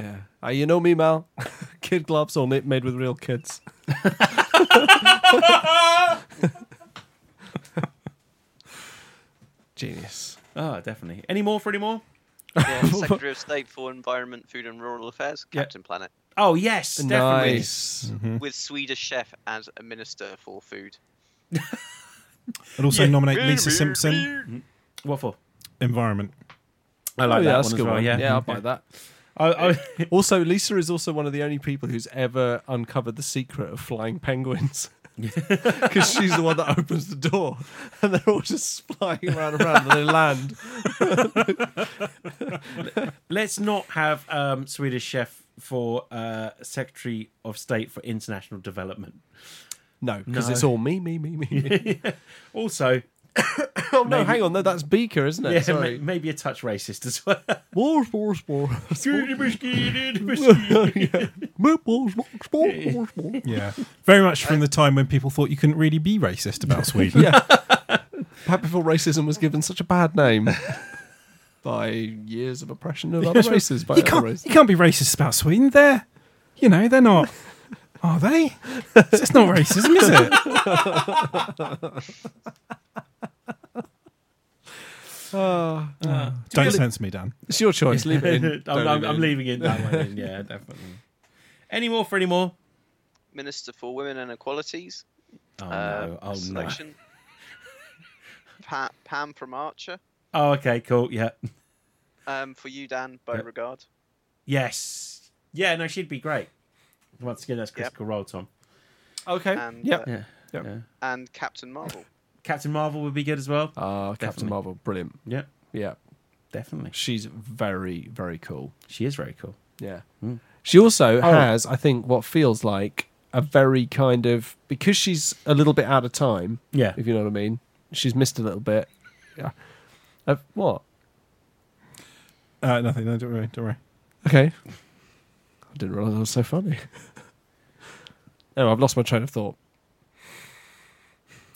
Speaker 1: Yeah. Uh, you know me, Mal. Kid gloves only, made with real kids. Genius.
Speaker 2: Oh, definitely. Any more for any more?
Speaker 3: Yeah, Secretary of State for Environment, Food and Rural Affairs.
Speaker 2: Yeah.
Speaker 3: Captain Planet.
Speaker 2: Oh, yes. Definitely.
Speaker 1: Nice.
Speaker 4: Hmm.
Speaker 3: With Swedish chef as a minister for food.
Speaker 4: And also
Speaker 2: Yeah.
Speaker 4: nominate Lisa Simpson. Hmm.
Speaker 2: What for?
Speaker 4: Environment.
Speaker 2: I like
Speaker 1: Oh,
Speaker 2: that
Speaker 1: yeah,
Speaker 2: one
Speaker 1: that's
Speaker 2: as
Speaker 1: a good
Speaker 2: well.
Speaker 1: one.
Speaker 2: Yeah.
Speaker 1: yeah, I'll buy that.
Speaker 2: I, I,
Speaker 1: Also, Lisa is also one of the only people who's ever uncovered the secret of flying penguins. Because she's the one that opens the door, and they're all just flying around and around, and they land.
Speaker 2: let's not have um, Swedish chef for uh, Secretary of State for International Development.
Speaker 1: No, because
Speaker 2: No.
Speaker 1: it's all me, me, me, me. me.
Speaker 2: Also,
Speaker 1: oh no, hang on, no, that's Beaker, isn't it?
Speaker 2: yeah, ma-
Speaker 1: Sorry,
Speaker 2: maybe a touch racist as well.
Speaker 1: more, more, more.
Speaker 2: Biscuit.
Speaker 1: yeah. More, more, more, more, more.
Speaker 4: Yeah, very much from the time when people thought you couldn't really be racist about Sweden.
Speaker 1: Yeah. Back before racism was given such a bad name by years of oppression of other races. By
Speaker 4: you
Speaker 1: other
Speaker 4: can't,
Speaker 1: races.
Speaker 4: you can't be racist about Sweden. They're, you know, they're not. Are they? It's not racism, is it?
Speaker 1: Ah.
Speaker 4: Don't censor me, Dan.
Speaker 1: it's your choice. Leave it in.
Speaker 2: I'm,
Speaker 1: Don't
Speaker 2: I'm,
Speaker 1: leave it
Speaker 2: I'm
Speaker 1: in.
Speaker 2: leaving it that one in. Yeah, definitely. Any more for any more?
Speaker 3: Minister for Women and Equalities.
Speaker 2: Oh
Speaker 3: uh,
Speaker 2: no! Oh no!
Speaker 3: selection. Pa- Pam from Archer.
Speaker 2: Oh okay, cool. Yeah.
Speaker 3: Um, for you, Dan Beauregard.
Speaker 2: Yes. Yeah. No, she'd be great. Once again, that's
Speaker 3: Yep.
Speaker 2: critical role, Tom.
Speaker 1: Okay.
Speaker 3: And,
Speaker 1: yep.
Speaker 3: uh,
Speaker 2: Yeah.
Speaker 1: Yep.
Speaker 2: yeah.
Speaker 3: and Captain Marvel.
Speaker 2: Captain Marvel would be good as well.
Speaker 1: Ah, Captain
Speaker 2: Definitely.
Speaker 1: Marvel, brilliant.
Speaker 2: Yeah,
Speaker 1: Yeah,
Speaker 2: definitely.
Speaker 1: she's very, very cool.
Speaker 2: She is very cool.
Speaker 1: Yeah. Oh. She also has, I think, what feels like a very kind of because she's a little bit out of time.
Speaker 2: Yeah.
Speaker 1: If you know what I mean, she's missed a little bit. Yeah. Uh, what?
Speaker 4: Uh, nothing. No, don't worry. Don't worry.
Speaker 1: Okay. I didn't realize that was so funny. oh, I've lost my train of thought.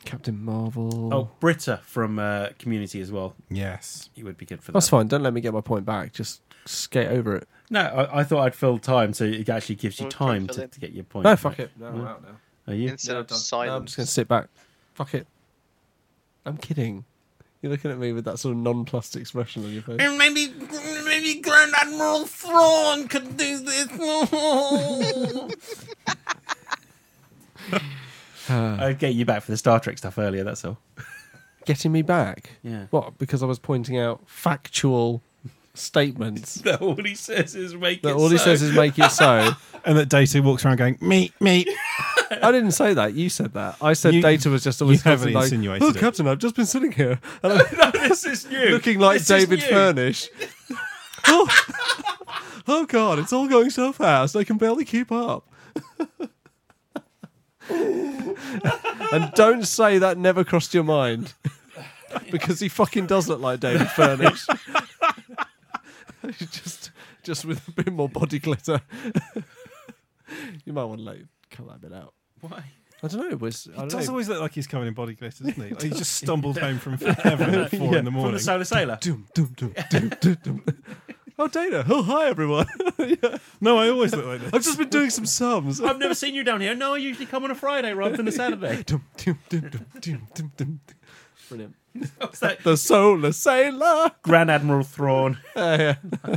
Speaker 1: Captain Marvel.
Speaker 2: Oh, Britta from uh, Community as well.
Speaker 4: Yes.
Speaker 2: You would be good for that.
Speaker 1: that's fine. Don't let me get my point back. Just skate over it.
Speaker 2: No, I, I thought I'd fill time, so it actually gives you
Speaker 3: Well, try
Speaker 2: time
Speaker 3: and fill
Speaker 2: to,
Speaker 3: in.
Speaker 2: to get your point.
Speaker 1: No, fuck it. No, I'm out now.
Speaker 2: Are you?
Speaker 3: Instead
Speaker 1: No,
Speaker 3: of
Speaker 1: done.
Speaker 3: silence.
Speaker 1: No, I'm just gonna sit back. Fuck it. I'm kidding. You're looking at me with that sort of non-plus expression on your face.
Speaker 2: And maybe, maybe Grand Admiral Thrawn could do this. I'd get you back for the Star Trek stuff earlier. That's all.
Speaker 1: Getting me back.
Speaker 2: Yeah.
Speaker 1: What? Because I was pointing out factual statements.
Speaker 2: That all he says is make
Speaker 1: That all he says is make it so.
Speaker 4: And that Data walks around going, me, me.
Speaker 1: I didn't say that. You said that. I said
Speaker 4: You-
Speaker 1: data was just always
Speaker 4: you haven't
Speaker 1: constantly like,
Speaker 4: insinuated
Speaker 1: Oh,
Speaker 4: it."
Speaker 1: Captain, I've just been sitting here and I'm
Speaker 2: this is new.
Speaker 1: looking like
Speaker 2: This is
Speaker 1: David
Speaker 2: new.
Speaker 1: Furnish. oh, oh God, it's all going so fast. I can barely keep up. and don't say that never crossed your mind. because he fucking does look like David Furnish. just just with a bit more body glitter. you might want to like cut that bit out.
Speaker 2: Why?
Speaker 1: I don't know. It was I
Speaker 4: He
Speaker 1: don't
Speaker 4: does
Speaker 1: know.
Speaker 4: always look like he's covered in body glitter, doesn't he? Like he just stumbled home from heaven at four in the
Speaker 2: From the
Speaker 4: morning.
Speaker 2: Solar Sailor.
Speaker 1: Doom, doom, doom, doom, doom, doom. Oh, Dana. Oh, hi, everyone. Yeah.
Speaker 4: No, I always look like this.
Speaker 1: I've just been doing some sums.
Speaker 2: I've never seen you down here. No, I usually come on a Friday rather than a Saturday.
Speaker 1: Doom, doom, doom, doom, doom, doom, doom. Brilliant.
Speaker 2: What's that?
Speaker 1: The Solar Sailor. Uh,
Speaker 2: Grand Admiral Thrawn.
Speaker 1: Yeah, yeah.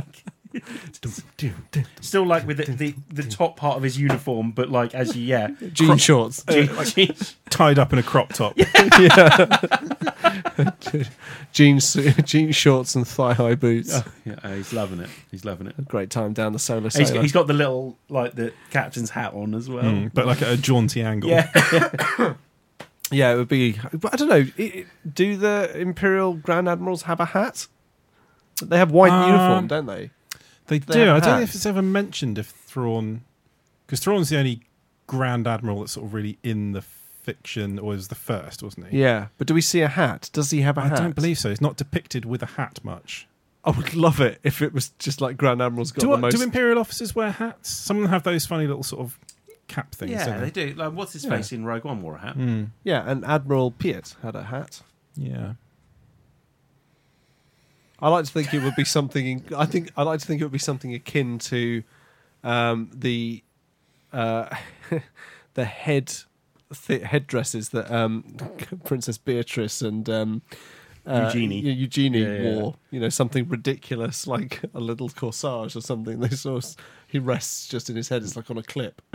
Speaker 1: Doom, doom, doom.
Speaker 2: Still like with the, the, the top part of his uniform, but like as you, yeah.
Speaker 1: Jean shorts.
Speaker 2: Gee- gee-
Speaker 4: Tied up in a crop top.
Speaker 1: Jean, su- jean shorts and thigh high boots.
Speaker 2: yeah, uh, he's loving it. He's loving it.
Speaker 1: Oh, Great time down the Solar
Speaker 2: He's,
Speaker 1: Sailor.
Speaker 2: he's got the little like the captain's hat on as well.
Speaker 4: Mm, But like at a jaunty angle.
Speaker 2: Yeah,
Speaker 1: yeah, it would be. But I don't know. It, it- do the Imperial Grand Admirals have a hat? They have white
Speaker 4: Um,
Speaker 1: uniform, don't they?
Speaker 4: They,
Speaker 1: They
Speaker 4: do.
Speaker 1: have
Speaker 4: I don't know
Speaker 1: hats.
Speaker 4: if it's ever mentioned if Thrawn, because Thrawn's the only Grand Admiral that's sort of really in the fiction, or is the first, wasn't he?
Speaker 1: Yeah, but do we see a hat? Does he have a
Speaker 4: I
Speaker 1: hat?
Speaker 4: don't believe so. It's not depicted with a hat much.
Speaker 1: I would love it if it was just like Grand Admiral's got
Speaker 4: Do,
Speaker 1: the
Speaker 4: do
Speaker 1: most.
Speaker 4: Imperial officers wear hats? Some of them have those funny little sort of cap things.
Speaker 2: yeah,
Speaker 4: don't
Speaker 2: they
Speaker 4: they?
Speaker 2: do. Like, what's his
Speaker 4: Yeah.
Speaker 2: face in Rogue One wore a hat?
Speaker 4: Mm,
Speaker 1: yeah, and Admiral Piet had a hat.
Speaker 4: yeah.
Speaker 1: I like to think it would be something. In, I think I like to think it would be something akin to um, the uh, the head th- headdresses that um, Princess Beatrice and um, uh,
Speaker 2: Eugenie.
Speaker 1: Eu- Eugenie
Speaker 2: Yeah, yeah.
Speaker 1: wore. You know, something ridiculous like a little corsage or something. They saw s- he rests just in his head. It's like on a clip.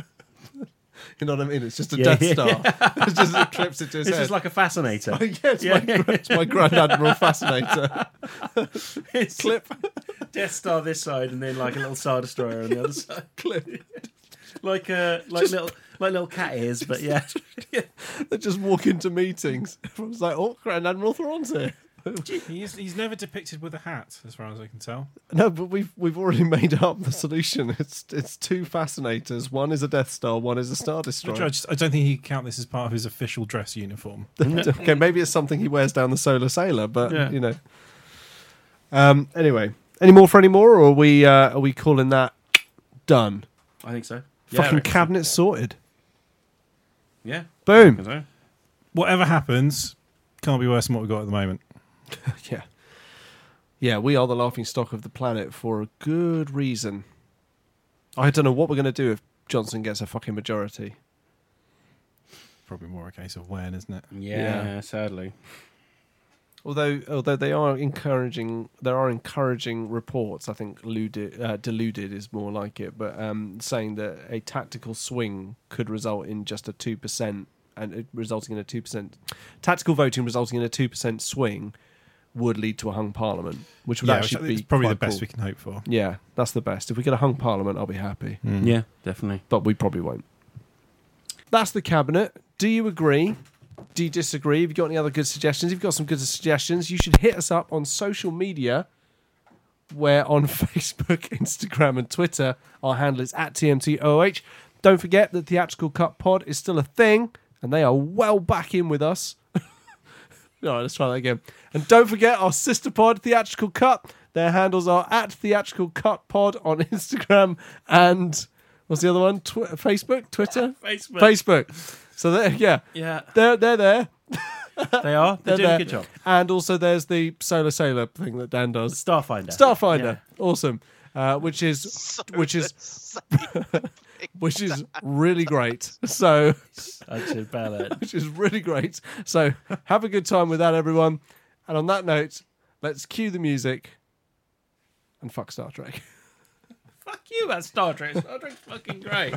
Speaker 1: you know what I mean? It's just a
Speaker 2: Yeah,
Speaker 1: Death
Speaker 2: yeah,
Speaker 1: Star. it's just it clips it to his
Speaker 2: This
Speaker 1: head.
Speaker 2: is like a fascinator.
Speaker 1: yeah, it's,
Speaker 2: Yeah,
Speaker 1: my,
Speaker 2: yeah,
Speaker 1: gra- it's my Grand Admiral Fascinator
Speaker 2: It's
Speaker 1: clip.
Speaker 2: Death Star this side, and then like a little Star Destroyer on the other side,
Speaker 1: clip.
Speaker 2: like uh, like little like little cat ears. But yeah,
Speaker 1: They just walk into meetings. Everyone's like, oh, Grand Admiral Thrawn's here.
Speaker 4: He's, he's never depicted with a hat, as far as I can tell.
Speaker 1: No, but we've we've already made up the solution. It's it's two fascinators. One is a Death Star. One is a Star
Speaker 4: Which
Speaker 1: Destroyer.
Speaker 4: I, just, I don't think he could count this as part of his official dress uniform.
Speaker 1: okay, maybe it's something he wears down the Solar Sailor, but
Speaker 2: Yeah.
Speaker 1: you know. Um. Anyway, any more for any more, or are we uh, are we calling that done?
Speaker 2: I think so.
Speaker 1: Fucking
Speaker 2: yeah,
Speaker 1: cabinet sorted.
Speaker 2: yeah.
Speaker 1: Hmm.
Speaker 2: I think
Speaker 1: Boom.
Speaker 2: so.
Speaker 4: Whatever happens, can't be worse than what we've got at the moment.
Speaker 1: Yeah. Yeah, we are the laughing stock of the planet for a good reason. I don't know what we're going to do if Johnson gets a fucking majority.
Speaker 4: Probably more a case of when, isn't it?
Speaker 2: Yeah,
Speaker 1: Yeah.
Speaker 2: sadly.
Speaker 1: Although, although they are encouraging, there are encouraging reports. I think ludi- uh, deluded is more like it, but um, saying that a tactical swing could result in just a two percent, and it resulting in a two percent tactical voting resulting in a two percent swing would lead to a hung parliament, which would
Speaker 4: yeah,
Speaker 1: actually
Speaker 4: which I think
Speaker 1: be
Speaker 4: is probably the
Speaker 1: quite
Speaker 4: best
Speaker 1: cool.
Speaker 4: we Hmm. can hope for.
Speaker 1: Yeah, that's the best. If we get a hung parliament, I'll be happy,
Speaker 2: Yeah, definitely.
Speaker 1: but we probably won't. That's the cabinet. Do you agree? Do you disagree? Have you got any other good suggestions? If you've got some good suggestions, you should hit us up on social media. We're on Facebook, Instagram, and Twitter. Our handle is at TMTOH. Don't forget that Theatrical Cut Pod is still a thing, and they are well back in with us. All right, let's try that again. And don't forget our sister pod, Theatrical Cut. Their handles are at Theatrical Cut Pod on Instagram and what's the other one? Tw- Facebook, Twitter,
Speaker 2: Facebook.
Speaker 1: Facebook. So there, yeah,
Speaker 2: Yeah.
Speaker 1: they're they're there.
Speaker 2: They are. They're, doing
Speaker 1: there.
Speaker 2: a good job.
Speaker 1: And also, there's the solar sailor thing that Dan does.
Speaker 2: Starfinder.
Speaker 1: Starfinder, awesome, uh, which is
Speaker 3: So
Speaker 1: Which is-
Speaker 3: that's-
Speaker 1: which is really great. So
Speaker 2: Yeah. That's about it.
Speaker 1: which is really great. So have a good time with that, everyone. And on that note, let's cue the music and fuck Star Trek.
Speaker 2: Fuck you about Star Trek. Star Trek's fucking great.